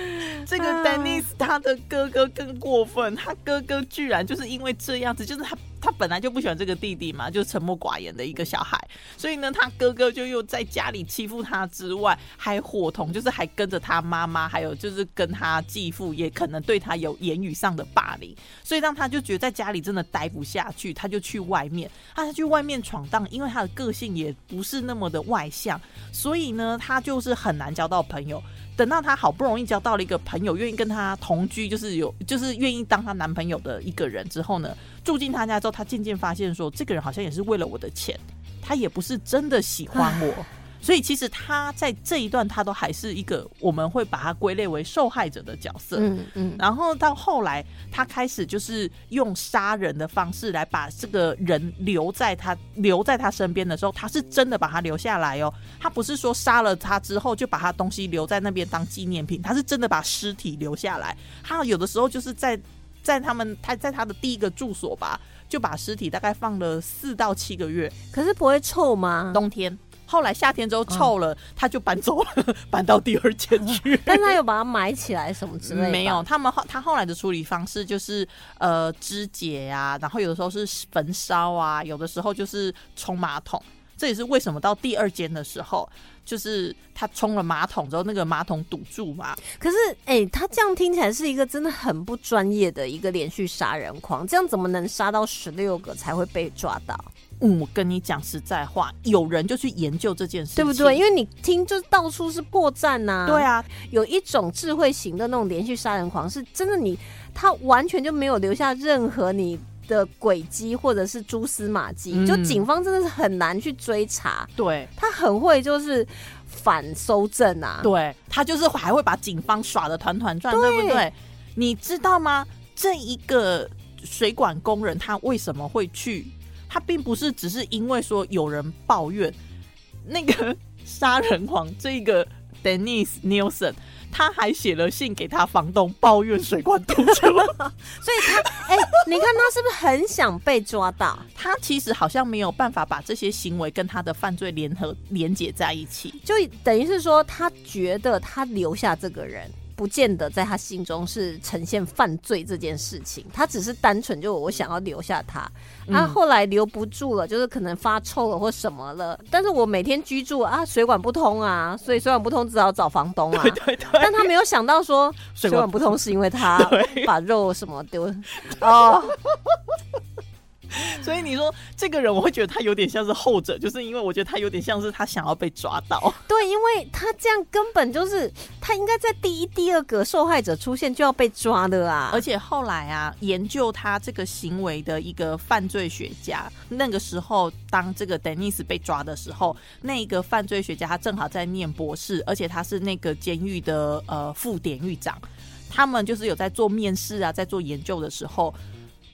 这个
啊
Dennis 他的哥哥更过分，他哥哥居然就是因为这样子，就是他他本来就不喜欢这个弟弟嘛，就是沉默寡言的一个小孩，所以呢，他哥哥就又在家里欺负他之外，还伙同就是还跟着他妈妈，还有就是跟他继父也可能对他有言语上的霸凌，所以让他就觉得在家里真的待不下去，他就去外面，他去外面闯荡，因为他的个性也不是那么的外向，所以呢，他就是很难交到朋友。等到他好不容易交到了一个朋友，愿意跟他同居，就是有就是愿意当他男朋友的一个人之后呢，住进他家之后，他渐渐发现说，这个人好像也是为了我的钱，他也不是真的喜欢我。所以其实他在这一段，他都还是一个我们会把他归类为受害者的角色。
嗯嗯，
然后到后来，他开始就是用杀人的方式来把这个人留在他留在他身边的时候，他是真的把他留下来哦。他不是说杀了他之后就把他东西留在那边当纪念品，他是真的把尸体留下来。他有的时候就是在在他们他在他的第一个住所吧，就把尸体大概放了四到七个月，
可是不会臭吗？
冬天。后来夏天之后臭了，他就搬走了， 搬到第二间去。
但是他有把它埋起来什么之类的吧，
没有，他们后他后来的处理方式就是呃肢解啊，然后有的时候是焚烧啊，有的时候就是冲马桶。这也是为什么到第二间的时候，就是他冲了马桶之后，那个马桶堵住嘛。
可是，哎、他这样听起来是一个真的很不专业的一个连续杀人狂，这样怎么能杀到十六个才会被抓到？
嗯，我跟你讲实在话，有人就去研究这件事
对
情，
不对？因为你听就是到处是破绽呐、
对啊，
有一种智慧型的那种连续杀人狂，是真的你他完全就没有留下任何你的轨迹或者是蛛丝马迹，
嗯
就警方真的是很难去追查。
对啊
他很会就是反搜证啊，
对，他就是还会把警方耍的团团转，对不对？你知道吗？这一个水管工人他为什么会去？他并不是只是因为说有人抱怨那个 杀人狂这个 Dennis Nielsen，他还写了信给他房东抱怨水管堵住。
所以他哎、你看他是不是很想被抓到？
他其实好像没有办法把这些行为跟他的犯罪联合连结在一起。
就等于是说，他觉得他留下这个人，不见得在他心中是呈现犯罪这件事情，他只是单纯就我想要留下他。啊，
嗯
后来留不住了，就是可能发臭了或什么了。但是我每天居住啊，水管不通啊，所以水管不通只好找房东啊。
对对，
但他没有想到说，水
水管
管不通是因为他
对
把肉什么丢哦，
所以你说这个人，我会觉得他有点像是后者，就是因为我觉得他有点像是他想要被抓到。
对，因为他这样根本就是他应该在第一、第二个受害者出现就要被抓的啊，
而且后来啊，研究他这个行为的一个犯罪学家，那个时候当这个 Dennis 被抓的时候，那个犯罪学家他正好在念博士，而且他是那个监狱的呃副典狱长。他们就是有在做面试啊，在做研究的时候，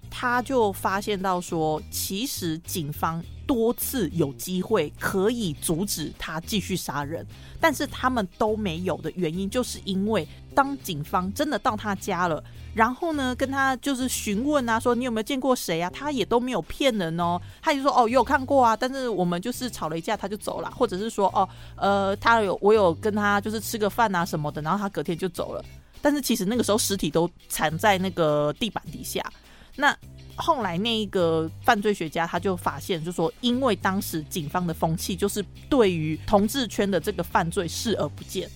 他就发现到说，其实警方多次有机会可以阻止他继续杀人，但是他们都没有的原因，就是因为当警方真的到他家了，然后呢跟他就是询问啊，说你有没有见过谁啊，他也都没有骗人哦，他就说哦有看过啊，但是我们就是吵了一架他就走了，或者是说哦呃他有我有跟他就是吃个饭啊什么的，然后他隔天就走了。但是其实那个时候尸体都藏在那个地板底下。那后来那一个犯罪学家他就发现，就说因为当时警方的风气就是对于同志圈的这个犯罪视而不见。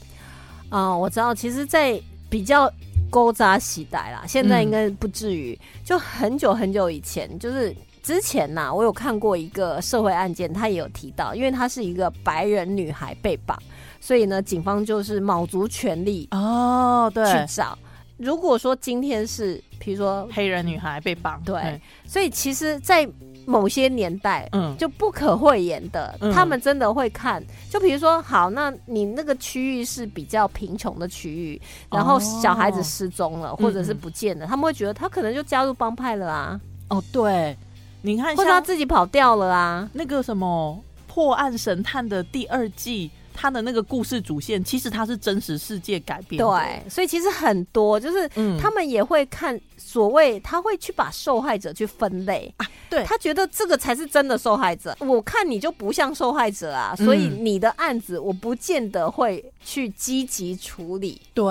嗯，我知道，其实，在比较勾扎喜代啦，现在应该不至于。就很久很久以前，就是之前呐、我有看过一个社会案件，他也有提到，因为她是一个白人女孩被绑，所以呢，警方就是卯足全力
哦，
去，找。如果说今天是，比如说，
黑人女孩被绑，
对
嗯
所以其实，在某些年代，
嗯，
就不可讳言的，
嗯
他们真的会看。就比如说，好，那你那个区域是比较贫穷的区域，然后
哦
小孩子失踪了，或者是
嗯嗯
不见了，他们会觉得他可能就加入帮派了啊，
哦，对，你看
或者他
像
自己跑掉了啊。
那个什么《破案神探》的第二季，他的那个故事主线其实它是真实世界改编，，
对，所以其实很多就是。
嗯，
他们也会看所谓，他会去把受害者去分类，
啊对
他觉得这个才是真的受害者。我看你就不像受害者啊，所以
嗯
你的案子我不见得会去积极处理。
对，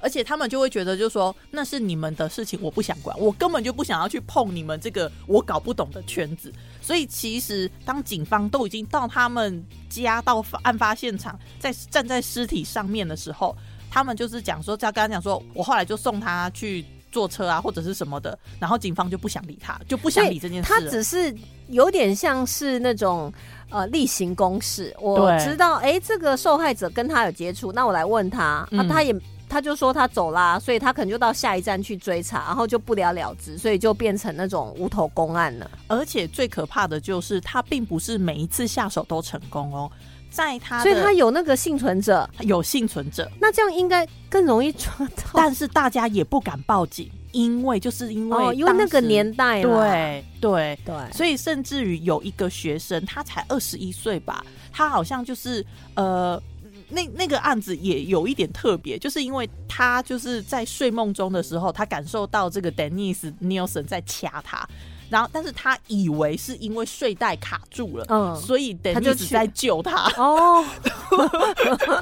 而且他们就会觉得，就说那是你们的事情，我不想管，我根本就不想要去碰你们这个我搞不懂的圈子。所以其实当警方都已经到他们家到发案发现场，在站在尸体上面的时候，他们就是讲说，在跟他讲说，我后来就送他去坐车啊，或者是什么的，然后警方就不想理他，就不想理这件事
他
了。
只是有点像是那种呃例行公事。我
对
知道，哎、这个受害者跟他有接触，那我来问他，
嗯
啊，他也。他就说他走啦，所以他可能就到下一站去追查，然后就不了了之，所以就变成那种无头公案了。
而且最可怕的就是，他并不是每一次下手都成功哦，在他的
所以他有那个幸存者，
有幸存者。
那这样应该更容易抓 到。
但是大家也不敢报警，因为就是因为、
哦，因为那个年代啦
对对，
对，
所以甚至于有一个学生，他才二十一岁吧，他好像就是呃。那那个案子也有一点特别，就是因为他就是在睡梦中的时候，他感受到这个 Dennis Nielsen 在掐他，然后但是他以为是因为睡袋卡住了，
嗯，
所以
他就
Dennis
去
在救他。
哦，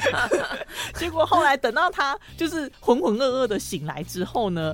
结果后来等到他就是浑浑噩噩的醒来之后呢，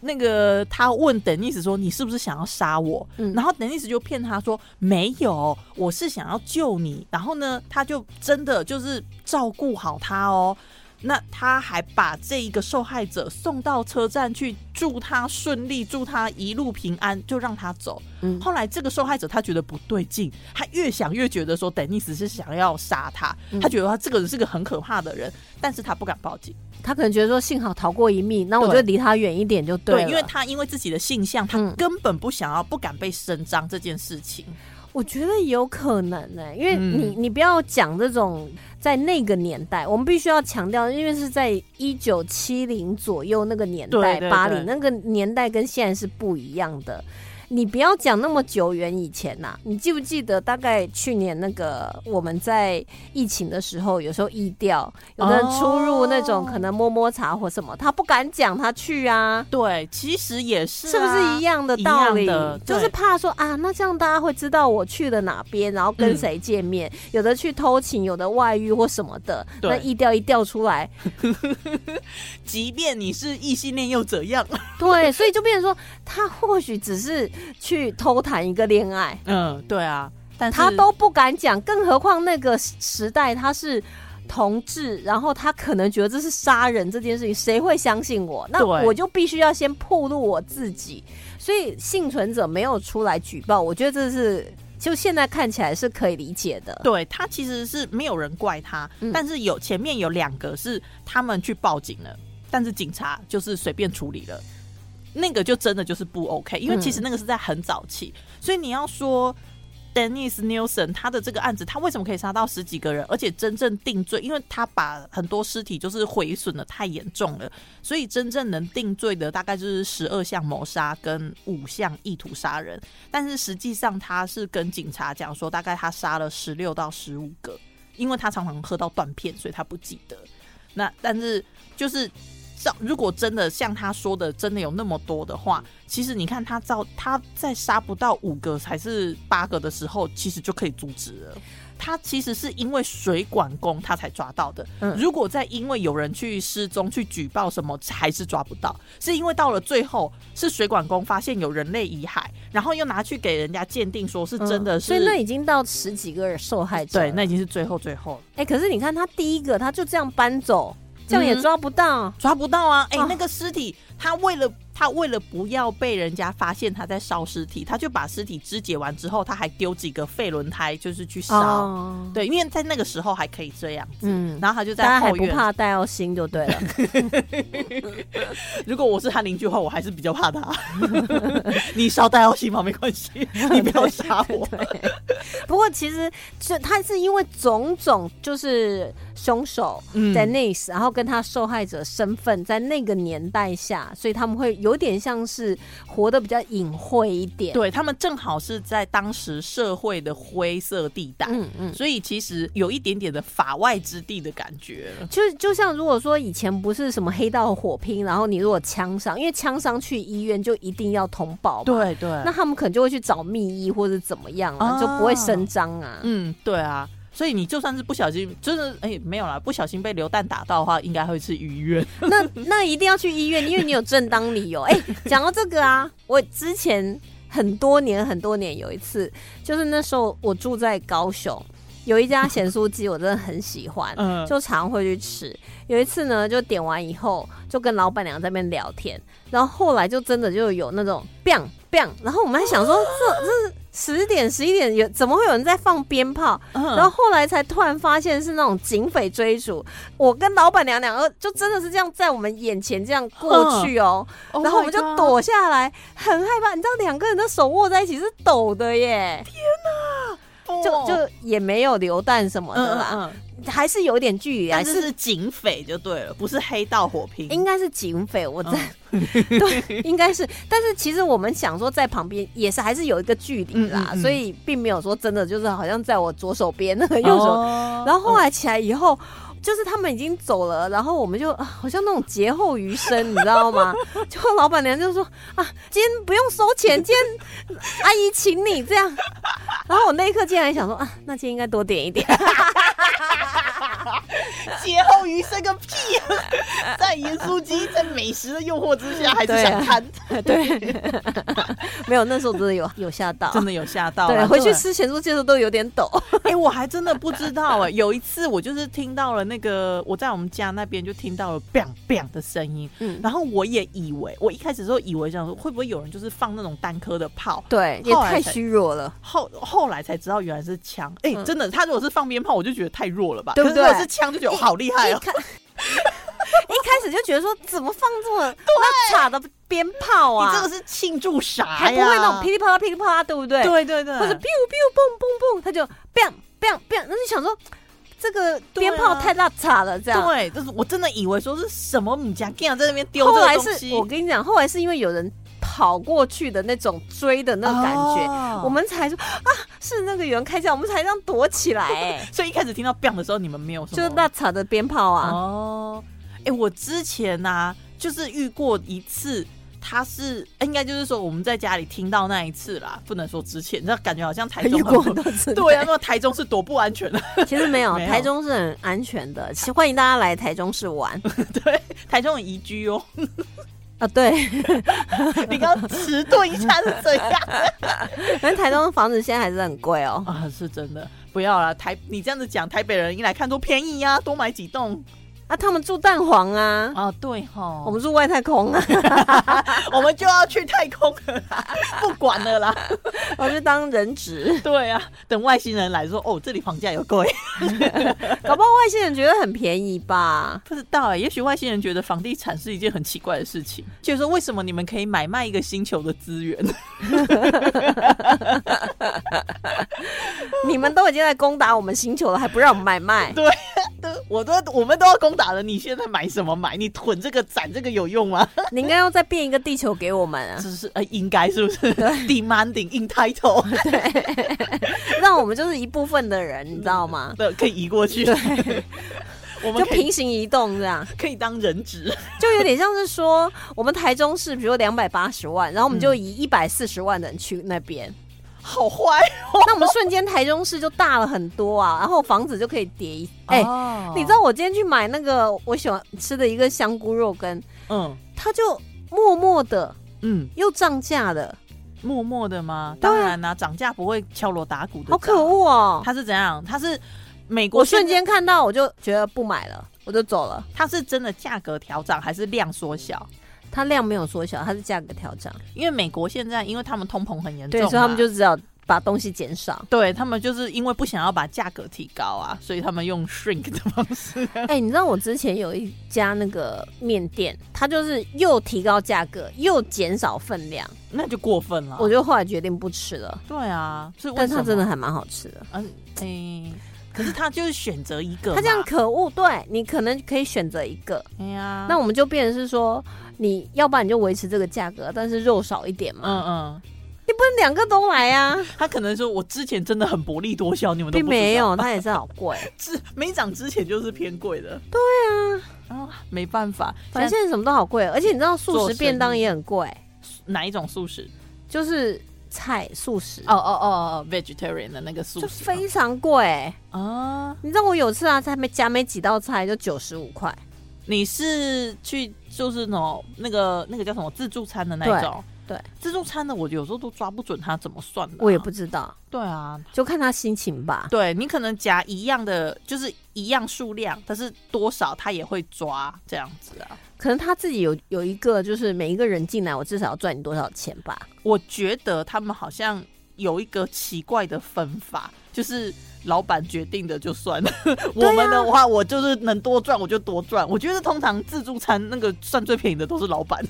那个他问等尼斯说：“你是不是想要杀我？”
嗯
然后等尼斯就骗他说：“没有，我是想要救你。”然后呢，他就真的就是照顾好他哦。那他还把这一个受害者送到车站去，祝他顺利，祝他一路平安，就让他走。
嗯
后来这个受害者他觉得不对劲，他越想越觉得说等尼斯是想要杀他，
嗯
他觉得他这个人是个很可怕的人，但是他不敢报警，
他可能觉得说幸好逃过一命，那我
对
就离他远一点就对了。
因为他因为自己的性向，他
嗯
根本不想要、不敢被伸张这件事情。
我觉得有可能呢、因为
嗯
你你不要讲这种在那个年代，我们必须要强调，因为是在一九七零左右那个年
对
代
对，
八
对
零那个年代跟现在是不一样的。你不要讲那么久远以前呐、你记不记得大概去年那个我们在疫情的时候，有时候疫调，有的人
哦
出入那种可能摸摸茶或什么，他不敢讲他去啊，
对，其实也是、啊
是不是一？样的道
一
理
样的？对
就是怕说啊，那这样大家会知道我去了哪边，然后
嗯
跟谁见面，有的去偷情，有的外遇或什么的，
对
那一调一调出来，
即便你是异性恋又 怎样？
对，所以就变成说，他或许只是去偷谈一个恋爱，
嗯，对啊，但是
他都不敢讲，更何况那个时代他是。同志，然后他可能觉得这是杀人这件事情，谁会相信我？那
对
我就必须要先暴露我自己。所以幸存者没有出来举报，我觉得这是就现在看起来是可以理解的。
对他其实是没有人怪他，
嗯
但是有前面有两个是他们去报警了，但是警察就是随便处理了，那个就真的就是不 OK，因为
嗯
其实那个是在很早期，所以你要说 Dennis Nielsen 他的这个案子，他为什么可以杀到十几个人，而且真正定罪，因为他把很多尸体就是毁损的太严重了，所以真正能定罪的大概就是十二项谋杀跟五项意图杀人，但是实际上他是跟警察讲说，大概他杀了十六到十五个，因为他常常喝到断片，所以他不记得。那但是就是照如果真的像他说的，真的有那么多的话，其实你看他照他在杀不到五个还是八个的时候，其实就可以阻止了。他其实是因为水管工他才抓到的，
嗯
如果再因为有人去失踪去举报什么，还是抓不到，是因为到了最后是水管工发现有人类遗骸，然后又拿去给人家鉴定，说是真的
嗯
是，
所以那已经到十几个人受害者了。
对，那已经是最后最后了。
哎、可是你看他第一个他就这样搬走，这样也
嗯
抓不到。
抓不到啊！哎、
啊
那个尸体，他为了他为了不要被人家发现他在烧尸体，他就把尸体肢解完之后，他还丢几个废轮胎，就是去烧。
哦，
对，因为在那个时候还可以这样子。
嗯，
然后他就
大家
在
还
后
不
院。
怕戴奥辛就对了。
如果我是他邻居的话，我还是比较怕他。你烧戴耀西吗？没 关系，你不要杀我。
不过其实就他是因为种种就是凶手
嗯
Denise，、然后跟他受害者身份在那个年代下，所以他们会有点像是活得比较隐晦一点。，
对他们正好是在当时社会的灰色地带，
嗯嗯。
所以其实有一点点的法外之地的感觉。
就就像如果说以前不是什么黑道火拼，然后你如果枪伤，因为枪伤去医院就一定要通报嘛，
对对，
那他们可能就会去找密医或者怎么样啊，
啊
就不会声张啊。
嗯，对啊，所以你就算是不小心，就是哎、没有啦，不小心被流弹打到的话，应该会是愉 悦。
那那一定要去医院，因为你有正当理由。哎、讲到这个啊，我之前很多年很多年有一次，就是那时候我住在高雄，有一家咸酥鸡我真的很喜欢，
嗯，
就常会去吃。有一次呢，就点完以后，就跟老板娘在那边聊天，然后后来就真的就有那种 bang bang，然后我们还 想说，这这十点十一点有怎么会有人在放鞭炮？
嗯
然后后来才突然发现是那种警匪追逐，我跟老板娘两个就真的是这样在我们眼前这样过去哦，
后
然后我们就
躲。
躲下来，很害怕。你知道两个人的手握在一起是抖的耶，就就也没有流弹什么的
哦嗯
啦，
嗯嗯，
还是有点距离啊，
但是是警匪就对了，不是黑道火拼。
应该是警匪，我在、
嗯
对，应该是。但是其实我们想说在旁边也是还是有一个距离啦，
嗯嗯嗯
所以并没有说真的就是好像在我左手边 那个右手
哦
然后后来起来以后，就是他们已经走了，然后我们就、啊、好像那种劫后余生，你知道吗？ 就老板娘就说啊，今天不用收钱，今天阿姨请你这样。然后我那一刻竟然想说啊，那今天应该多点一 点。
劫后余生个屁！啊在盐酥鸡在美食的诱惑之下，还是
对啊
想看，
对，没有那时候真的有有吓到，
真的有吓到啊。
对，回去吃咸猪鸡的时候都有点抖。
哎、我还真的不知道哎、有一次我就是听到了那个，我在我们家那边就听到了 “bang bang” 的声音，
嗯，
然后我也以为，我一开始的时候以为想说会不会有人就是放那种单颗的炮，
对，也
后来
太
才
虚弱了。
后后来才知道原来是枪。哎、
嗯
真的，他如果是放鞭炮，我就觉得太弱了吧，
对不
可是如
对
果是枪，就觉得好厉害
一
哦。
开 一开始就觉得说怎么放这么拉碴的鞭炮啊？
你这个是庆祝啥
还
呀？
不会那种噼里啪啦噼里啪啦，对不对？，
对对对，
或者 biu biu 蹦蹦蹦，他就 bang bang bang，那就想说这个
对啊
鞭炮太辣叉了，这样。
对，就是我真的以为说是什么米家 g 在那边丢这
后来
个东
是
西，
我跟你讲，后来是因为有人跑过去的那种追的那种感觉，
哦
我们才说啊是那个有人开枪，我们才这样躲起 来、哎
所以一开始听到 bang 的时候，你们没有什么，
就是辣叉的鞭炮啊，
哦，哎、我之前呢、就是遇过一次，他是哎应该就是说我们在家里听到那一次啦，不能说之前，那感觉好像台中
遇过很多次。
哎对啊，，那么台中是多不安全啊！
其实没有，
没有
台中是很安全的，其欢迎大家来台中市 玩
对，台中很宜居哦。
啊。对，
你刚刚迟钝一下是怎样
反正台中的房子现在还是很贵哦。
啊？是真的，不要啦，台你这样子讲，台北人一来看都便宜呀、多买几栋
啊，他们住蛋黄啊，
啊。对哈，
我
我
们
们
住外太空啊，
我们就要去太空了啦，不管了啦。
我们就当人质，
对啊，等外星人来说，哦，这里房价有贵。
搞不好外星人觉得很便宜吧？
不知道哎、也许外星人觉得房地产是一件很奇怪的事情，就是说为什么你们可以买卖一个星球的资源？
们已经在攻打我们星球了，还不让我们买卖？
对，都我都我们都要攻打了，你现在买什么买？你囤这个攒这个有用吗？
你应该要再变一个地球给我们啊！
只 是呃，应该是不 是 demanding in title
让我们就是一部分的人，你知道吗？
对，可以移过去。 我们
就
可以
平行移动这样，
可以当人质，
就有点像是说，我们台中市比如两百八十万，然后我们就以一百四十万的人去那边，
好坏
那我们瞬间台中市就大了很多啊，然后房子就可以叠一。哎、
哦
你知道我今天去买那个我喜欢吃的一个香菇肉羹，
嗯
它就默默的
嗯，
又涨价了，
默默的吗？
对啊
当然啦、涨价不会敲锣打鼓的，
好可！恶哦！
他是怎样？他是美国
我瞬
现在
间看到我就觉得不买了，我就走了。
它是真的价格调涨还是量缩小？
它量没有缩小，它是价格调整，
因为美国现在，因为他们通膨很严重
对，
嘛，
所以他们就只好把东西减 少。
对他们就是因为不想要把价格提高啊，所以他们用 shrink 的方式。
哎、你知道我之前有一家那个面店，它就是又提高价格又减少分量，
那就过分了。
我就后来决定不吃了。
对啊，是啊为
但
什
它
么？
真的还蛮好吃的。
嗯，诶、可是他就是选择一个嘛，
它这样可恶，对你可能可以选择一个，
哎呀，
那我们就变成是说，你要不然你就维持这个价格，但是肉少一点嘛，
嗯嗯，
你不能两个都来啊，
他可能说我之前真的很薄利多销，你们都
并
不知道
没，有，它也是好贵，
之 没涨之前就是偏贵的。对啊，啊，没办法，
反正
现
现在什么都好贵，而且你知道素
做
食
生意
便当也很贵，
在哪一种素食？
就是菜素食
哦哦哦哦，vegetarian 的那个素
就
食
非常贵。
啊，
你知道我有次啊，才没夹没几道菜就九十五块，
你是去就是那种那个那个叫什么自助餐的那一种？
对对，
自助餐的我有时候都抓不准它怎么算的、啊
我也不知道，
对啊，
就看他心情吧。
对你可能夹一样的，就是一样数量，但是多少它也会抓这样子啊。
可能他自己有有一个，就是每一个人进来，我至少要赚你多少钱吧。
我觉得他们好像有一个奇怪的分法，就是老板决定的就 算了。我
啊
们的话，我就是能多赚我就多赚。我觉得通常自助餐那个算最便宜的都是老板。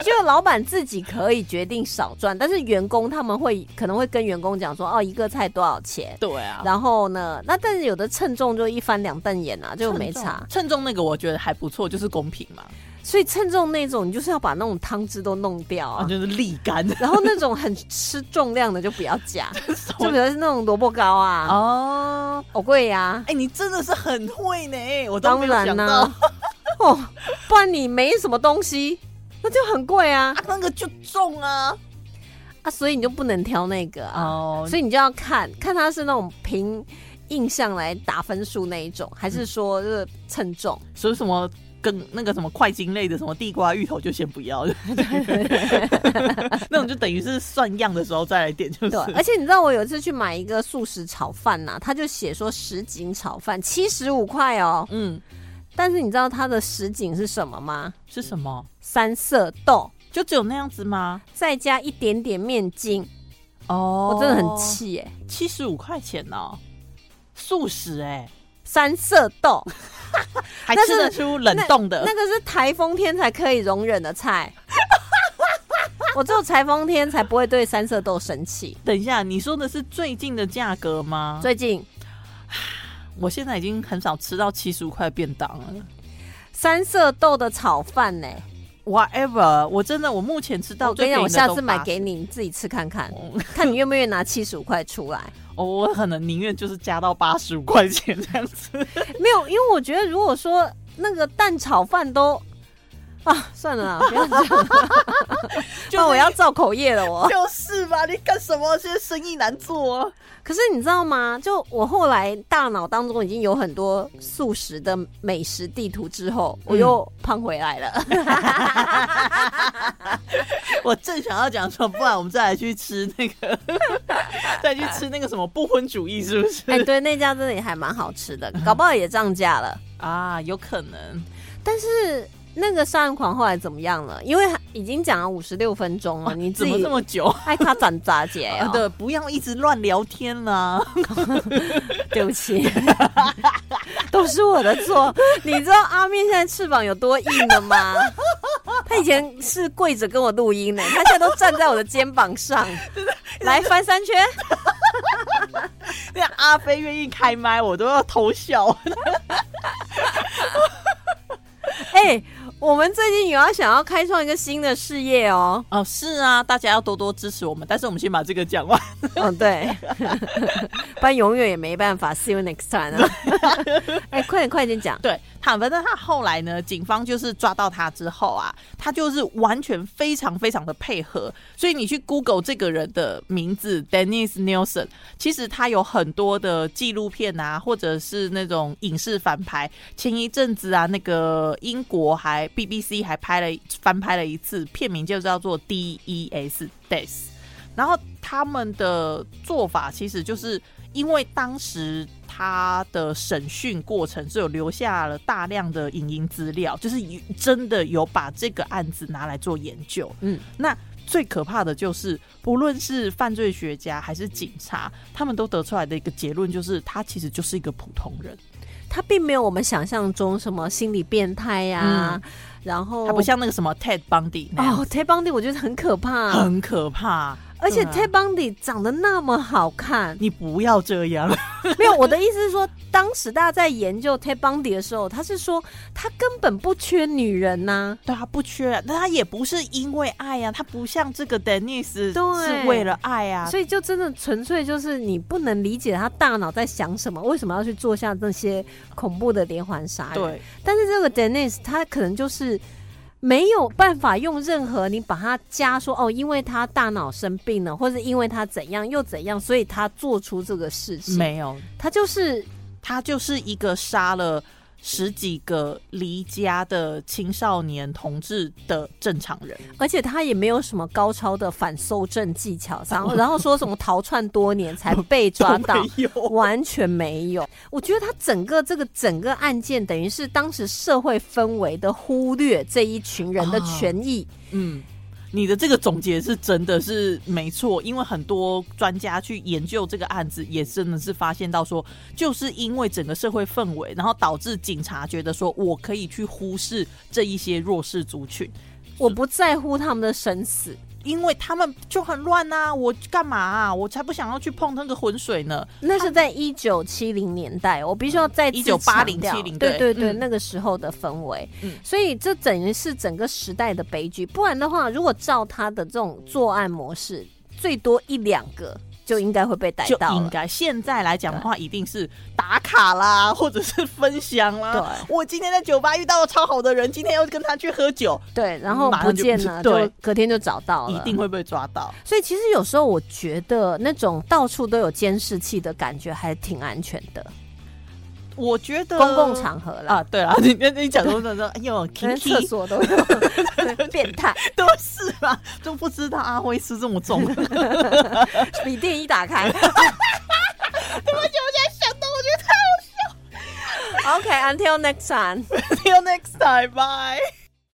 就老板自己可以决定少赚，但是员工他们会可能会跟员工讲说，哦，一个菜多少钱。
对啊
然后呢，那但是有的称重就一翻两瞪眼啊，就没差。
称重那个我觉得还不错，就是公平嘛，
所以称重那种，你就是要把那种汤汁都弄掉
啊，
啊。
就是沥干
然后那种很吃重量的就不要加，就
手
比如是那种萝卜糕啊，
哦。
好贵呀。
哎、你真的是很会呢，我都
当
没有
然
想
啦、
到，
哦，不然你没什么东西，那就很贵啊
啊那个就重啊。
啊，所以你就不能挑那个啊，
哦
所以你就要看看它是那种凭印象来打分数那一种，还是说就是称重？
所以什么跟那个什么快金类的，什么地瓜、芋头就先 不要， 那种就等于是算样的时候再来点，嗯就是
对，而且你知道我有一次去买一个素食炒饭呐、他就写说什锦炒饭七十五块哦，
嗯
但是你知道它的什锦是什么吗？
是什么？
三色豆。
就只有那样子吗？
再加一点点面筋，
哦
我真的很，气耶、
七十五块钱哦，素食哎、
三色 豆，
还
那
吃
是
得出冷冻的
那个是台风天才可以容忍的菜。我只有台风天才不会对三色豆生气。
等一下，你说的是最近的价格吗？
最近
我现在已经很少吃到七十五块的便当了。
三色豆的炒饭呢、
Whatever，我真的我目前吃到
我跟
最
你
便宜
讲，我下
的都
次买
80
给你，你自己吃看看，
哦
看你愿不愿意拿七十五块出来。
哦，我可能宁愿就是加到八十五块钱这样 子。
没有，因为我觉得如果说那个蛋炒饭都啊，算了 啦，不要讲了，
就
那我要造口业了我。
哦就是嘛，你干什么？现在生意难做、啊。
可是你知道吗？就我后来大脑当中已经有很多素食的美食地图之后，我又胖回来 了。
我正想要讲说，不然我们再来去吃 那个，再去吃那个什么不婚主义，是不是？
哎、对，那家真的也还蛮好吃的，搞不好也涨价了。
啊，有可能
但是那个杀人狂后来怎么样了？因为已经讲了五十六分钟了，你自
怎么
己
这么久？
爱他斩杂姐
啊
哦、
对，不要一直乱聊天啦、
对不起， 都是我的错。你知道阿面现在翅膀有多硬了 吗？他以前是跪着跟我 录音呢，他现在都站在我的肩膀上，来翻三圈。
那阿飞愿意开麦，我都要偷笑。
哎、我们最近有要想要开创一个新的事业哦。
哦，是啊，大家要多多支持我们。但是我们先把这个讲完。
嗯， 对，不然永远也没办法。See you next time 啊！哎、快点快点讲。
对，他反正他后来呢，警方就是抓到他之后啊，他就是完全非常非常的配合。所以你去 Google 这个人的名字 Dennis Nelson，其实他有很多的纪录片啊，或者是那种影视翻拍。前一阵子啊，那个英国还 BBC 还拍了翻拍了一次，片名就叫做 DES Des。然后他们的做法其实就是因为当时他的审讯过程是有留下了大量的影音资料，就是有真的有把这个案子拿来做研究。
嗯，
那最可怕的就是，不论是犯罪学家还是警察，他们都得出来的一个结论就是，他其实就是一个普通人，
他并没有我们想象中什么心理变态呀、然后
嗯他不像那个什么 Ted Bundy 那样
哦，Ted Bundy 我觉得很可怕，
很可怕。
而且
对啊
Ted Bundy 长得那么好
，
看
你不要这样，
没有我的意思是说，当时大家在研究 Ted Bundy 的时候，他是说他根本不缺女人呐、
对他不缺啊，但他也不是因为爱呀、啊，他不像这个 Dennis
对
是为了爱啊，
所以就真的纯粹就是你不能理解他大脑在想什么，为什么要去做下那些恐怖的连环杀人？
对
但是这个 Dennis 他可能就是没有办法用任何你把他加说哦，因为他大脑生病了，或者因为他怎样又怎样，所以他做出这个事情。
没有，
他就是
他就是一个杀了十几个离家的青少年同志的正常人，
而且他也没有什么高超的反搜证技巧，然后然后说什么逃窜多年才被抓 到
都。没有，
完全没有。我觉得他整个这个整个案件，等于是当时社会氛围的忽略这一群人的
啊
权益。
嗯。你的这个总结是真的是没错，因为很多专家去研究这个案子，也真的是发现到说，就是因为整个社会氛围，然后导致警察觉得说我可以去忽视这一些弱势族群，
我不在乎他们的生死，
因为他们就很乱呐、我干嘛啊？我才不想要去碰那个浑水呢。
那是在一九七零年代，我必须要
嗯
再次
1980
强调
70
对对
对
对，
嗯
那个时候的氛围，
嗯
所以这等于是整个时代的悲剧。不然的话，如果照他的这种作案模式，最多一两个就应该会被逮
就
到
应
了。
该现在来讲的话，一定是打卡啦，或者是分享啦。我今天在酒吧遇到了超好的人，今天要跟他去喝酒，
对，然后
马
不
上就
见了，
对
就隔天就找到了，
一定会被抓到。
所以其实有时候我觉得那种到处都有监视器的感觉还挺安全的，
我觉得
公共场合啦，
呃啊，对啦， 你你你讲说那说，哎呦
连厕
，Kiki
所都有，变态，
都是吧，就不知道阿辉是这么重。
笔电一打 开。OK, until next time.
Till next time, bye.